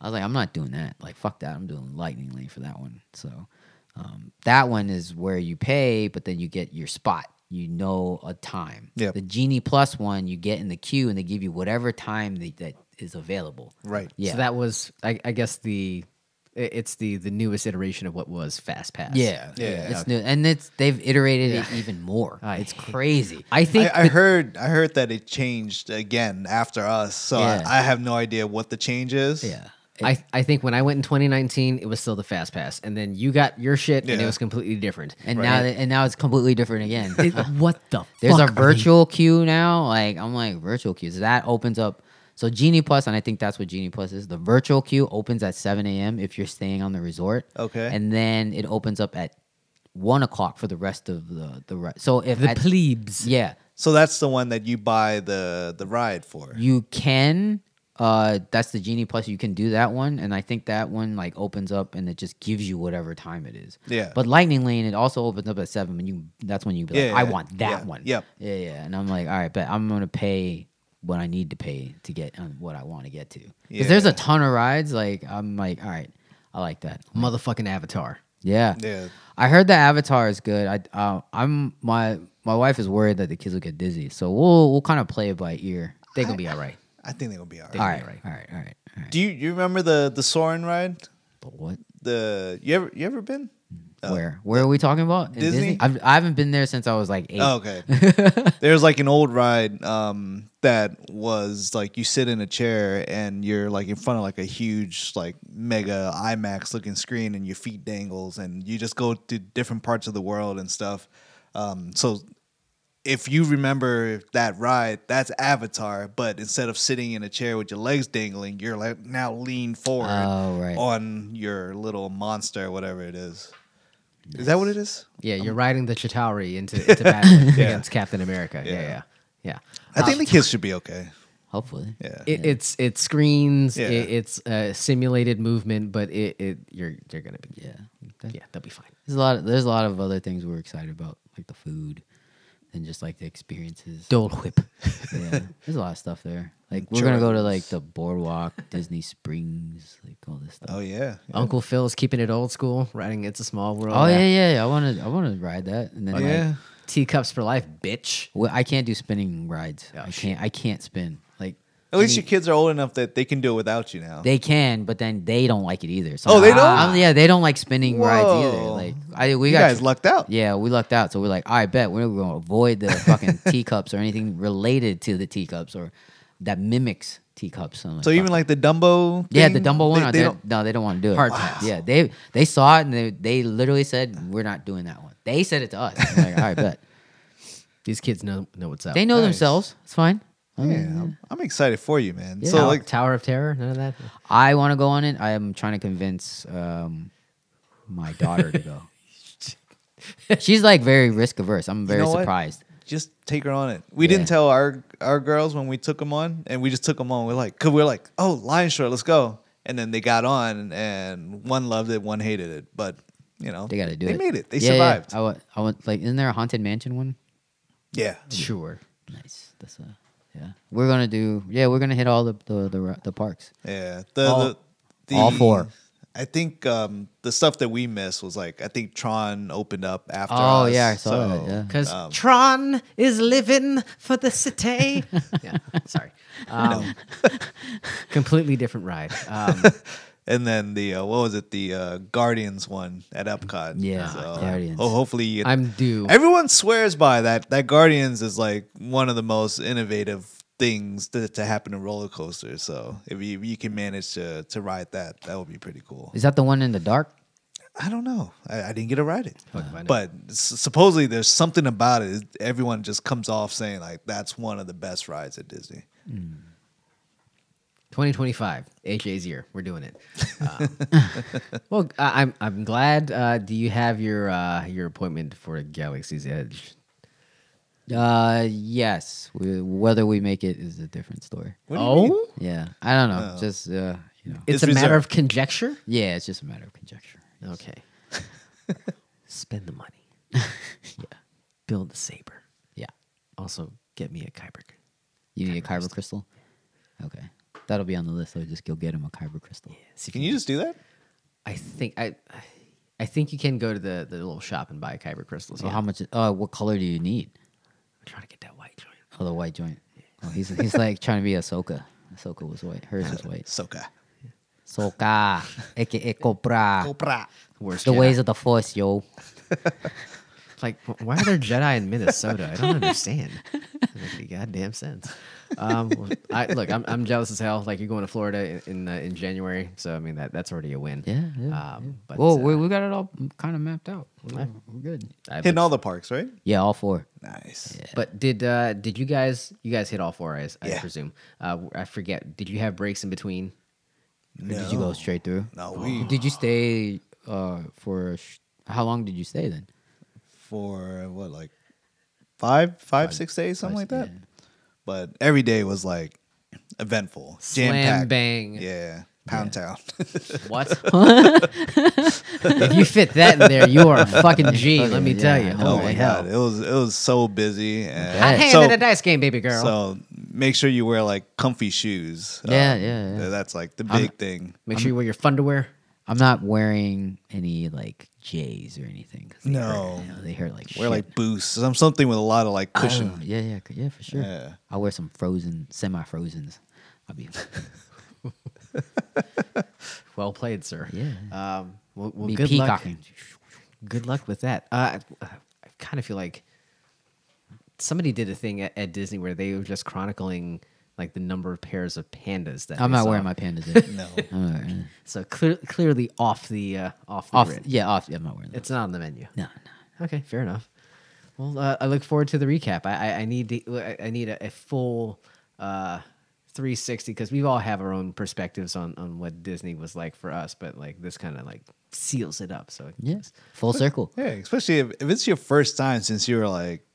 Speaker 2: I was like, I'm not doing that. Like, fuck that. I'm doing lightning lane for that one. So, um, that one is where you pay, but then you get your spot. You know a time.
Speaker 3: Yep.
Speaker 2: The genie plus one, you get in the queue, and they give you whatever time they, that is available.
Speaker 3: Right.
Speaker 2: Yeah.
Speaker 1: So that was, I, I guess, the i- it's the the newest iteration of what was Fast Pass.
Speaker 2: Yeah, yeah,
Speaker 3: Yeah, yeah.
Speaker 2: it's new, and it's they've iterated it even more.
Speaker 1: I
Speaker 2: it's
Speaker 1: hate-
Speaker 2: crazy.
Speaker 1: I think
Speaker 3: I, I heard I heard that it changed again after us, so
Speaker 2: Yeah.
Speaker 3: I, I have no idea what the change is.
Speaker 2: yeah,
Speaker 1: I, I think when I went in 2019, it was still the Fast Pass, and then you got your shit, and it
Speaker 3: Yeah.
Speaker 1: was completely different.
Speaker 2: and now that- and now it's completely different again.
Speaker 1: It- what the?
Speaker 2: There's
Speaker 1: fuck
Speaker 2: a
Speaker 1: are
Speaker 2: virtual queue now. Like I'm like virtual queues. That opens up. So Genie Plus, and I think that's what Genie Plus is. The virtual queue opens at 7 a.m. if you're staying on the resort.
Speaker 3: Okay.
Speaker 2: And then it opens up at one o'clock for the rest of the the re- so if
Speaker 1: they- the
Speaker 2: at-
Speaker 1: plebes?
Speaker 2: yeah
Speaker 3: So that's the one that you buy the the ride for.
Speaker 2: you can uh that's the genie plus you can do that one and i think that one like opens up and it just gives you whatever time it is
Speaker 3: Yeah.
Speaker 2: but lightning lane it also opens up at seven and you that's when you be like
Speaker 3: Yeah,
Speaker 2: i
Speaker 3: yeah,
Speaker 2: want that
Speaker 3: yeah,
Speaker 2: one
Speaker 3: yep.
Speaker 2: yeah yeah and i'm like all right but i'm gonna pay what i need to pay to get um, what i want to get to because there's
Speaker 3: Yeah.
Speaker 2: a ton of rides like i'm like all right i like that
Speaker 1: motherfucking Avatar.
Speaker 2: yeah
Speaker 3: Yeah.
Speaker 2: I heard the Avatar is good. I uh, I'm my my wife is worried that the kids will get dizzy, so we'll we'll kind of play it by ear.
Speaker 1: They gonna be all right.
Speaker 3: I think they'll be all right.
Speaker 2: All right,
Speaker 1: All right.
Speaker 2: all right, all right, all right.
Speaker 3: Do you you remember the the Soren ride?
Speaker 2: But what?
Speaker 3: The you ever you ever been? Oh.
Speaker 2: Where? Where are we talking about? In
Speaker 3: Disney?
Speaker 2: I've, I haven't been there since I was like eight.
Speaker 3: Oh, okay. There's like an old ride um, that was like you sit in a chair and you're like in front of like a huge like mega IMAX looking screen and your feet dangles and you just go to different parts of the world and stuff. Um, so if you remember that ride, that's Avatar, but instead of sitting in a chair with your legs dangling, you're like now leaned forward
Speaker 2: Oh, right.
Speaker 3: on your little monster, whatever it is. Is that what it is?
Speaker 1: Yeah, you're riding the Chitauri into, into battle against Captain America. Yeah,
Speaker 3: Yeah.
Speaker 1: yeah, yeah. Uh,
Speaker 3: I think the kids should be okay.
Speaker 2: Hopefully.
Speaker 3: Yeah.
Speaker 1: It, It's it screens.
Speaker 3: Yeah.
Speaker 1: It, it's uh, simulated movement, but it, it you're you're gonna be
Speaker 2: Yeah.
Speaker 1: yeah they'll be fine.
Speaker 2: There's a lot. Of, there's a lot of other things we're excited about, like the food, and just like the experiences.
Speaker 1: Dole whip.
Speaker 2: yeah. There's a lot of stuff there. Like we're gonna go to like the boardwalk, Disney Springs, like all this stuff.
Speaker 3: Oh yeah.
Speaker 1: Uncle Phil's keeping it old school, riding It's a Small World.
Speaker 2: Oh yeah, yeah. yeah. I want to. I want to ride that, and then like,
Speaker 3: yeah.
Speaker 1: Teacups for life, bitch.
Speaker 2: Well, I can't do spinning rides.
Speaker 1: Oh,
Speaker 2: I
Speaker 1: shit.
Speaker 2: can't. I can't spin. Like
Speaker 3: At least your kids are old enough that they can do it without you now.
Speaker 2: they can, but then they don't like it either. So
Speaker 3: Oh, they don't?
Speaker 2: I'm- yeah, they don't like spinning rides either.
Speaker 3: Whoa.
Speaker 2: Like I, we
Speaker 3: you
Speaker 2: got
Speaker 3: guys lucked out.
Speaker 2: Yeah, we lucked out. So we're like, I bet we're going to avoid the fucking teacups or anything related to the teacups or that mimics teacups. So I'm like,
Speaker 3: So even
Speaker 2: "Fuck."
Speaker 3: like the Dumbo.
Speaker 2: yeah, the
Speaker 3: thing,
Speaker 2: Dumbo one.
Speaker 3: They,
Speaker 2: uh,
Speaker 3: they
Speaker 2: they-
Speaker 3: don't,
Speaker 2: no, they don't want to do it.
Speaker 1: Hard pass.
Speaker 2: Yeah, they they saw it and they they literally said we're not doing that one. They said it to us. I'm like, all right, bet
Speaker 1: These kids know know what's up.
Speaker 2: they know
Speaker 3: Nice.
Speaker 2: themselves. It's fine. Mm-hmm. I
Speaker 3: yeah,
Speaker 2: mean,
Speaker 3: I'm, I'm excited for you, man.
Speaker 1: Tower,
Speaker 3: So like,
Speaker 1: Tower of Terror, none of that.
Speaker 2: I want to go on it. I am trying to convince um, my daughter to go. She's like very risk averse. I'm very
Speaker 3: know what?
Speaker 2: surprised.
Speaker 3: just take her on it. We
Speaker 2: Yeah.
Speaker 3: didn't tell our our girls when we took them on, and we just took them on. We're like, cause we're like, oh, Lion Short, let's go. And then they got on, and one loved it, one hated it, but you know
Speaker 2: They got to do
Speaker 3: They
Speaker 2: it.
Speaker 3: made it. They
Speaker 2: Yeah, yeah.
Speaker 3: survived.
Speaker 2: I want. I want. Like, isn't there a haunted mansion one?
Speaker 3: Yeah.
Speaker 1: Sure.
Speaker 2: Nice. That's a. Yeah. We're gonna do. Yeah, we're gonna hit all the the the, ro- the parks.
Speaker 3: Yeah, the,
Speaker 2: All-
Speaker 3: the, the
Speaker 2: all four.
Speaker 3: I think um, the stuff that we missed was like I think Tron opened up after.
Speaker 2: Oh,
Speaker 3: us,
Speaker 2: yeah, I saw
Speaker 3: so-
Speaker 2: that, yeah.
Speaker 1: Because
Speaker 3: Um,
Speaker 1: Tron is living for the city. yeah, sorry. Um, completely different ride. Um,
Speaker 3: And then the uh, what was it? The uh, Guardians one at Epcot.
Speaker 2: Yeah,
Speaker 3: so,
Speaker 2: Guardians.
Speaker 3: Oh, hopefully you,
Speaker 1: I'm due.
Speaker 3: Everyone swears by that. That Guardians is like one of the most innovative things to, to happen to roller coasters. So if you, you can manage to to ride that, that would be pretty cool.
Speaker 2: Is that the one in the dark?
Speaker 3: I don't know. I, I didn't get to ride it.
Speaker 1: Fuck if I know.
Speaker 3: But s- supposedly there's something about it. Everyone just comes off saying like that's one of the best rides at Disney.
Speaker 1: 2025, AJ's year. We're doing it. Um, well, I, I'm I'm glad. Uh, do you have your uh, your appointment for Galaxy's Edge?
Speaker 2: Uh, yes. We, whether we make it is a different story.
Speaker 3: What do you mean?
Speaker 1: Oh,
Speaker 2: Yeah. I don't know. Just uh, you know.
Speaker 1: it's,
Speaker 3: It's
Speaker 1: a matter
Speaker 3: reserved.
Speaker 1: of conjecture.
Speaker 2: yeah, it's just a matter of conjecture.
Speaker 1: Okay. Spend the money. yeah. Build the saber.
Speaker 2: Yeah.
Speaker 1: Also, get me a Kyber.
Speaker 2: You need a kyber crystal? Okay. That'll be on the list, so just go get him a kyber crystal.
Speaker 1: See if
Speaker 3: Can you just do that?
Speaker 1: I think I, I- I think you can go to the, the little shop and buy kyber crystals.
Speaker 2: So
Speaker 1: yeah.
Speaker 2: how much uh what color do you need?
Speaker 1: I'm trying to get that white joint.
Speaker 2: Oh the white joint. Oh he's he's like trying to be Ahsoka. Ahsoka was white. Hers was white.
Speaker 3: Soka.
Speaker 2: Soka, aka Cobra.
Speaker 3: Oprah.
Speaker 1: Worst
Speaker 2: The
Speaker 1: Jedi.
Speaker 2: ways of the Force, yo.
Speaker 1: Like, wh- why are there Jedi in Minnesota? I don't understand. Doesn't make any goddamn sense. Um, well, I, look, I'm, I'm jealous as hell. Like, you're going to Florida in in, uh, in January, so I mean that that's already a win.
Speaker 2: Yeah, yeah,
Speaker 1: um, But
Speaker 2: Whoa,
Speaker 1: uh,
Speaker 2: we, we got it all kind of mapped out. We're, we're good.
Speaker 1: I-
Speaker 3: Hitting all the parks, right?
Speaker 2: Yeah, all four.
Speaker 3: Nice.
Speaker 1: But did uh, did you guys you guys hit all four? I, I
Speaker 3: Yeah.
Speaker 1: presume. Uh, I forget. Did you have breaks in between?
Speaker 2: Or Did you go straight through?
Speaker 3: No, we
Speaker 2: Did you stay uh, for sh- how long did you stay then?
Speaker 3: for what like five, five, six days, something like that. But every day was like eventful, jam
Speaker 1: Slam
Speaker 3: packed.
Speaker 1: bang.
Speaker 3: Yeah, Pound Town.
Speaker 1: What? if you fit that in there, you are a fucking G. let me
Speaker 2: Yeah,
Speaker 1: tell
Speaker 2: I
Speaker 1: you.
Speaker 2: know,
Speaker 1: Holy
Speaker 3: oh my
Speaker 1: hell!
Speaker 3: god, it was it was so busy. And
Speaker 1: I'm hanging
Speaker 3: so,
Speaker 1: in a dice game, baby girl.
Speaker 3: so make sure you wear like comfy shoes. Uh,
Speaker 2: Yeah, yeah, yeah.
Speaker 3: That's like the big thing.
Speaker 1: Make sure you wear your funderwear.
Speaker 2: I'm not wearing any like J's or anything. 'cause they
Speaker 3: No.
Speaker 2: hurt, you know, they hurt like
Speaker 3: Wear
Speaker 2: shit.
Speaker 3: like boosts, some something with a lot of like cushion.
Speaker 2: Oh, yeah, yeah, c- yeah, for sure.
Speaker 3: Yeah.
Speaker 2: I'll wear some frozen, semi-frozens. I'll be
Speaker 1: Well played, sir.
Speaker 2: Yeah.
Speaker 1: Um, well, well,
Speaker 2: be
Speaker 1: good luck.
Speaker 2: peacocking.
Speaker 1: Good luck with that. Uh, I, I kind of feel like somebody did a thing at, at Disney where they were just chronicling like the number of pairs of pandas that
Speaker 2: I'm
Speaker 1: they
Speaker 2: not
Speaker 1: saw.
Speaker 2: wearing my pandas. in.
Speaker 3: No,
Speaker 2: I'm not wearing-
Speaker 1: So clear, clearly off the uh, off the
Speaker 2: Mm. off,
Speaker 1: grid.
Speaker 2: yeah, off. yeah, I'm not wearing that.
Speaker 1: It's not on the menu.
Speaker 2: No, no.
Speaker 1: Okay, fair enough. Well, uh, I look forward to the recap. I I, I need the, I- I need a, a full uh, 360 because we all have our own perspectives on on what Disney was like for us, but like this kind of like seals it up. So
Speaker 2: Yes, full circle.
Speaker 3: yeah, especially if, if it's your first time since you were like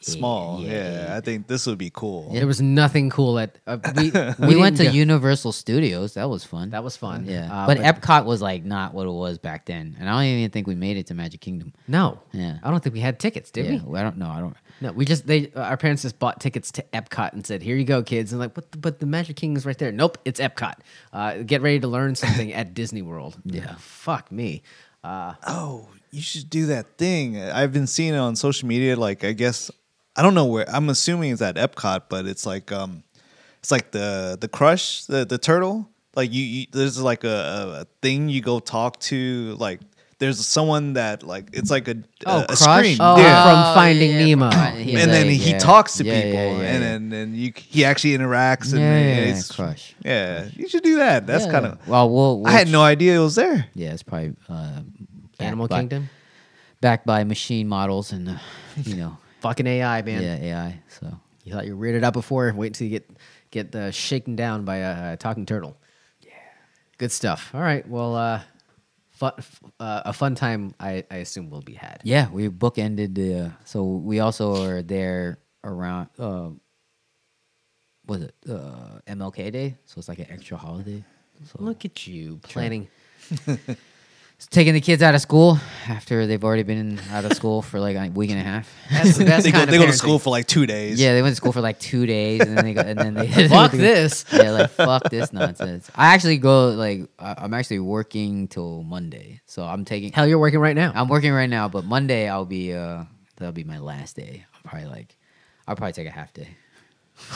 Speaker 3: small.
Speaker 2: Yeah,
Speaker 3: Yeah,
Speaker 2: yeah,
Speaker 3: I think this would be cool.
Speaker 1: there was nothing cool at uh, we
Speaker 2: We, went to
Speaker 1: didn't go-
Speaker 2: Universal Studios. That was fun.
Speaker 1: That was fun.
Speaker 2: yeah,
Speaker 1: Uh,
Speaker 2: but, Epcot was like not what it was back then, and I don't even think we made it to Magic Kingdom.
Speaker 1: no,
Speaker 2: Yeah.
Speaker 1: I don't think we had tickets, did
Speaker 2: yeah,
Speaker 1: we?
Speaker 2: I don't know. I don't.
Speaker 1: No, we just they uh, our parents just bought tickets to Epcot and said, "Here you go, kids." And like, what? The, but the Magic Kingdom's right there. Nope, it's Epcot. Uh, get ready to learn something at Disney World. Yeah, fuck me. Uh,
Speaker 3: Oh, you should do that thing. I've been seeing it on social media. Like, I guess I don't know where. I'm assuming it's at Epcot, but it's like um, it's like the the crush, the the turtle. Like you, you there's like a, a- a thing you go talk to. Like there's someone that like it's like a
Speaker 1: Oh,
Speaker 3: a, a
Speaker 1: Crush?
Speaker 3: screen.
Speaker 1: Oh,
Speaker 3: yeah.
Speaker 1: from Finding Nemo.
Speaker 2: he's
Speaker 3: and then
Speaker 2: like,
Speaker 3: he
Speaker 2: yeah,
Speaker 3: talks to
Speaker 2: yeah, yeah,
Speaker 3: people,
Speaker 2: yeah,
Speaker 3: and
Speaker 2: yeah.
Speaker 3: then and you he actually interacts. And
Speaker 2: Yeah,
Speaker 3: then
Speaker 2: yeah, yeah,
Speaker 3: it's-
Speaker 2: Crush.
Speaker 3: Yeah, you should do that. That's
Speaker 2: Yeah,
Speaker 3: kind
Speaker 2: yeah.
Speaker 3: of.
Speaker 2: well, we'll,
Speaker 3: I
Speaker 2: we'll
Speaker 3: had no idea it was there.
Speaker 2: Yeah, it's probably uh, backed
Speaker 1: Animal
Speaker 2: by-
Speaker 1: Kingdom,
Speaker 2: backed by machine models and uh, you know,
Speaker 1: fucking AI, man.
Speaker 2: yeah, AI. So
Speaker 1: You thought you were weirded out before? Wait until you get get uh, shaken down by a, a talking turtle. Yeah, good stuff. All right, well, uh, fun, uh, a fun time I, I assume will be had.
Speaker 2: yeah, we bookended the. Uh, so we also are there around. Uh, was it uh, MLK Day? So it's like an extra holiday. So
Speaker 1: Look at you planning.
Speaker 2: it's taking the kids out of school after they've already been in, out of school for like a week and a half.
Speaker 1: That's the best
Speaker 3: They go,
Speaker 1: kind
Speaker 3: they
Speaker 1: of
Speaker 3: go to
Speaker 1: parenting.
Speaker 3: school for like two days.
Speaker 2: Yeah, they went to school for like two days, and then they go, and then they
Speaker 1: Fuck this.
Speaker 2: Yeah, like fuck this nonsense. I actually go like I- I'm actually working till Monday, so I'm taking.
Speaker 1: Hell, you're working right now.
Speaker 2: I'm working right now, but Monday I'll be uh that'll be my last day. I'll probably like I'll probably take a half day.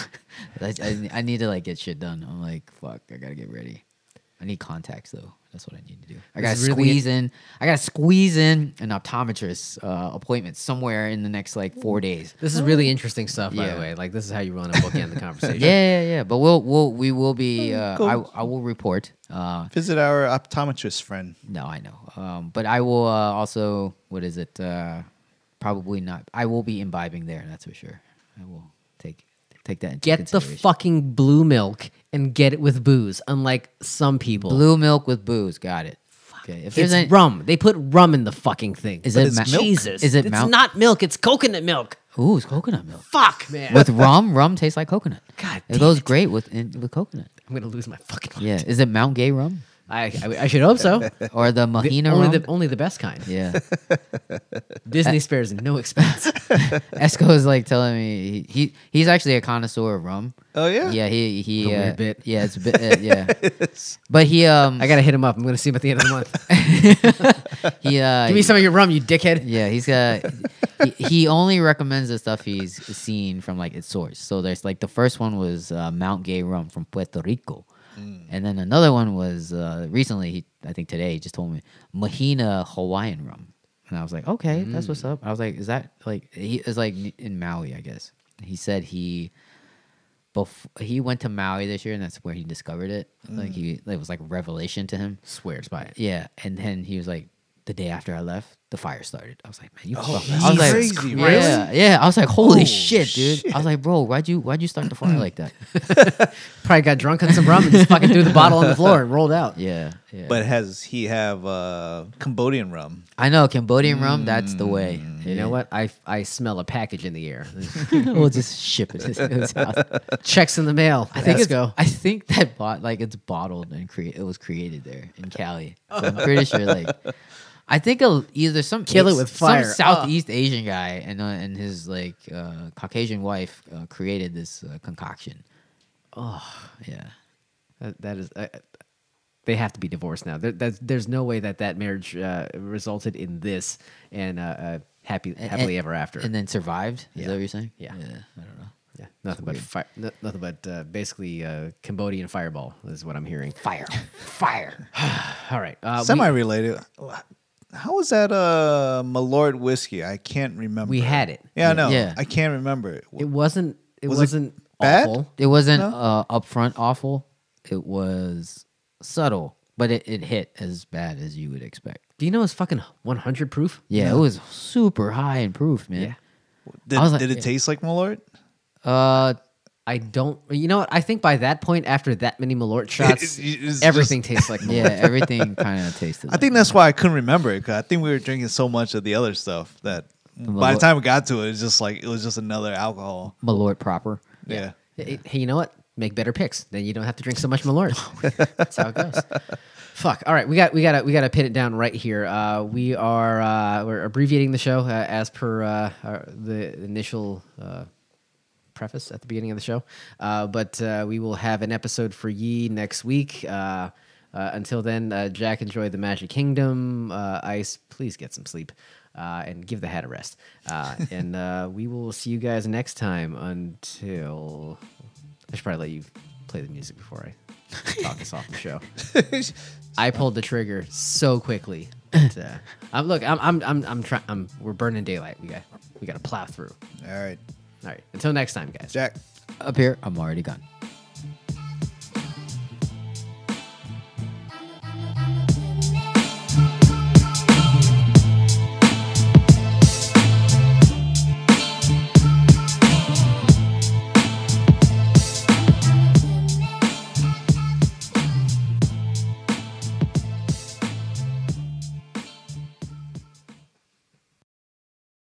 Speaker 2: I, I, I need to like get shit done. I'm like fuck, I gotta get ready. I need contacts though. That's what I need to do. I gotta
Speaker 1: This really-
Speaker 2: squeeze in. I gotta squeeze in an optometrist uh, appointment somewhere in the next like four days.
Speaker 1: This is really interesting stuff, by
Speaker 2: Yeah.
Speaker 1: the way. Like this is how you want to bookend the conversation.
Speaker 2: Yeah, yeah, yeah. But we'll we'll we will be. Uh,
Speaker 3: cool.
Speaker 2: I I will report. Uh,
Speaker 3: Visit our optometrist friend.
Speaker 2: No, I know. Um, but I will uh, also. What is it? Uh, probably not. I will be imbibing there. That's for sure. I will take take that. Into
Speaker 1: Get the
Speaker 2: consideration.
Speaker 1: fucking blue milk and get it with booze. Unlike some people,
Speaker 2: blue milk with booze. Got it. Okay. If
Speaker 1: it's
Speaker 2: there's any,
Speaker 1: rum. They put rum in the fucking thing.
Speaker 2: Is it
Speaker 3: it's
Speaker 2: ma-
Speaker 3: milk.
Speaker 1: Jesus?
Speaker 2: Is it
Speaker 1: It's
Speaker 2: milk?
Speaker 1: not milk. It's coconut milk.
Speaker 2: Ooh, it's coconut milk
Speaker 1: Fuck, man.
Speaker 2: with rum. Rum tastes like coconut.
Speaker 1: God
Speaker 2: it
Speaker 1: damn
Speaker 2: goes
Speaker 1: it.
Speaker 2: great with in, with coconut.
Speaker 1: I'm gonna lose my fucking.
Speaker 2: Yeah.
Speaker 1: mind.
Speaker 2: Is it Mount Gay rum
Speaker 1: I, I I should hope so.
Speaker 2: or the
Speaker 1: The-
Speaker 2: Mahina
Speaker 1: only
Speaker 2: rum?
Speaker 1: the only the best kind.
Speaker 2: yeah.
Speaker 1: Disney spares no expense.
Speaker 2: Esco is like telling me he, he he's actually a connoisseur of rum.
Speaker 3: Oh, yeah?
Speaker 2: yeah. He he
Speaker 1: The
Speaker 2: uh,
Speaker 1: weird bit.
Speaker 2: Yeah, it's a bit uh, yeah. but he um
Speaker 1: I gotta hit him up. I'm gonna see him at the end of the month.
Speaker 2: he uh
Speaker 1: Give me some of your rum, you dickhead.
Speaker 2: yeah he's got he, he only recommends the stuff he's seen from like its source. So there's like the first one was uh, Mount Gay rum from Puerto Rico. And then another one was uh, recently. He, I think today, he just told me Mahina Hawaiian rum, and I was like, okay, that's what's up. I was like, is that like he is like in Maui, I guess. He said he. Bef- he went to Maui this year, and that's where he discovered it. Like
Speaker 3: Mm.
Speaker 2: he, it was like revelation to him.
Speaker 1: Swears by it.
Speaker 2: Yeah, and then he was like, the day after I left, the fire started. I was like, man, you
Speaker 3: Oh,
Speaker 2: fucking. I was like,
Speaker 3: Jesus Christ. Really?
Speaker 2: yeah, yeah. I was like, holy
Speaker 3: Oh,
Speaker 2: shit, dude. I was like, bro, why'd you why'd you start the fire like that?
Speaker 1: Probably got drunk on some rum and just fucking threw the bottle on the floor and rolled out.
Speaker 2: Yeah, yeah.
Speaker 3: But has he have uh, Cambodian rum?
Speaker 2: I know Cambodian rum. That's the way.
Speaker 3: Mm,
Speaker 1: You know what? I, I smell a package in the air.
Speaker 2: we'll just ship it. to his house.
Speaker 1: Checks in the mail.
Speaker 2: I think
Speaker 1: Let's
Speaker 2: it's,
Speaker 1: go.
Speaker 2: I think that bot like it's bottled and crea- it was created there in Cali. So I'm pretty sure like I think a, either some
Speaker 1: Kill it
Speaker 2: East-
Speaker 1: with fire.
Speaker 2: some Southeast Asian guy and uh, and his like uh, Caucasian wife uh, created this uh, concoction. Oh yeah,
Speaker 1: That, uh, that is. I I- they have to be divorced now. There, that's, there's no way that that marriage uh, resulted in this and uh, uh, happy,
Speaker 2: And-
Speaker 1: happily
Speaker 2: and-
Speaker 1: ever after.
Speaker 2: and then survived. Is
Speaker 1: Yeah.
Speaker 2: that what you're saying?
Speaker 1: Yeah.
Speaker 2: yeah. I don't know.
Speaker 1: yeah, nothing but fire, no, nothing but uh, basically uh, Cambodian fireball is what I'm hearing.
Speaker 2: Fire, fire.
Speaker 1: All right, uh, we-
Speaker 3: Semi related. How was that uh, Malort whiskey? I can't remember.
Speaker 1: We had it.
Speaker 3: Yeah, I know.
Speaker 2: Yeah.
Speaker 3: I can't remember it.
Speaker 1: It wasn't. It
Speaker 3: Was it
Speaker 1: wasn't
Speaker 3: bad?
Speaker 1: awful.
Speaker 2: It wasn't
Speaker 3: No?
Speaker 2: uh, upfront awful. It was subtle, but it, it hit as bad as you would expect.
Speaker 1: Do you know it's fucking 100 proof?
Speaker 2: Yeah, it was super high in proof, man.
Speaker 3: Did,
Speaker 2: I was like-
Speaker 3: did it taste like Malort?
Speaker 2: Uh,
Speaker 1: I don't. You know what? I think by that point, after that many Malort shots,
Speaker 3: it's
Speaker 1: everything tastes like Malort.
Speaker 2: yeah, everything kind of tasted.
Speaker 3: I think that's why I couldn't remember it. 'cause I think we were drinking so much of the other stuff that by the
Speaker 2: Malort.
Speaker 3: time we got to it, it's just like it was just another alcohol.
Speaker 2: like Malort proper.
Speaker 3: Yeah.
Speaker 1: Hey, hey, you know what? Make better picks. Then you don't have to drink so much Malort. That's how it goes. Fuck. All right, we got we got to we got to pin it down right here. Uh, we are uh, we're abbreviating the show uh, as per uh, our, the initial uh, preface at the beginning of the show. Uh, but uh, we will have an episode for ye next week. Uh, uh, until then, uh, Jack enjoy the Magic Kingdom. Uh, Ice, please get some sleep uh, and give the hat a rest. Uh, and uh, we will see you guys next time. Until I should probably let you play the music before I talk us off the show. I pulled the trigger so quickly. But, uh, I'm look. I'm I'm I'm I'm trying. I'm we're burning daylight. We got we got to plow through.
Speaker 3: All right,
Speaker 1: All right. Until next time, guys.
Speaker 3: Jack.
Speaker 2: Up here, I'm already gone.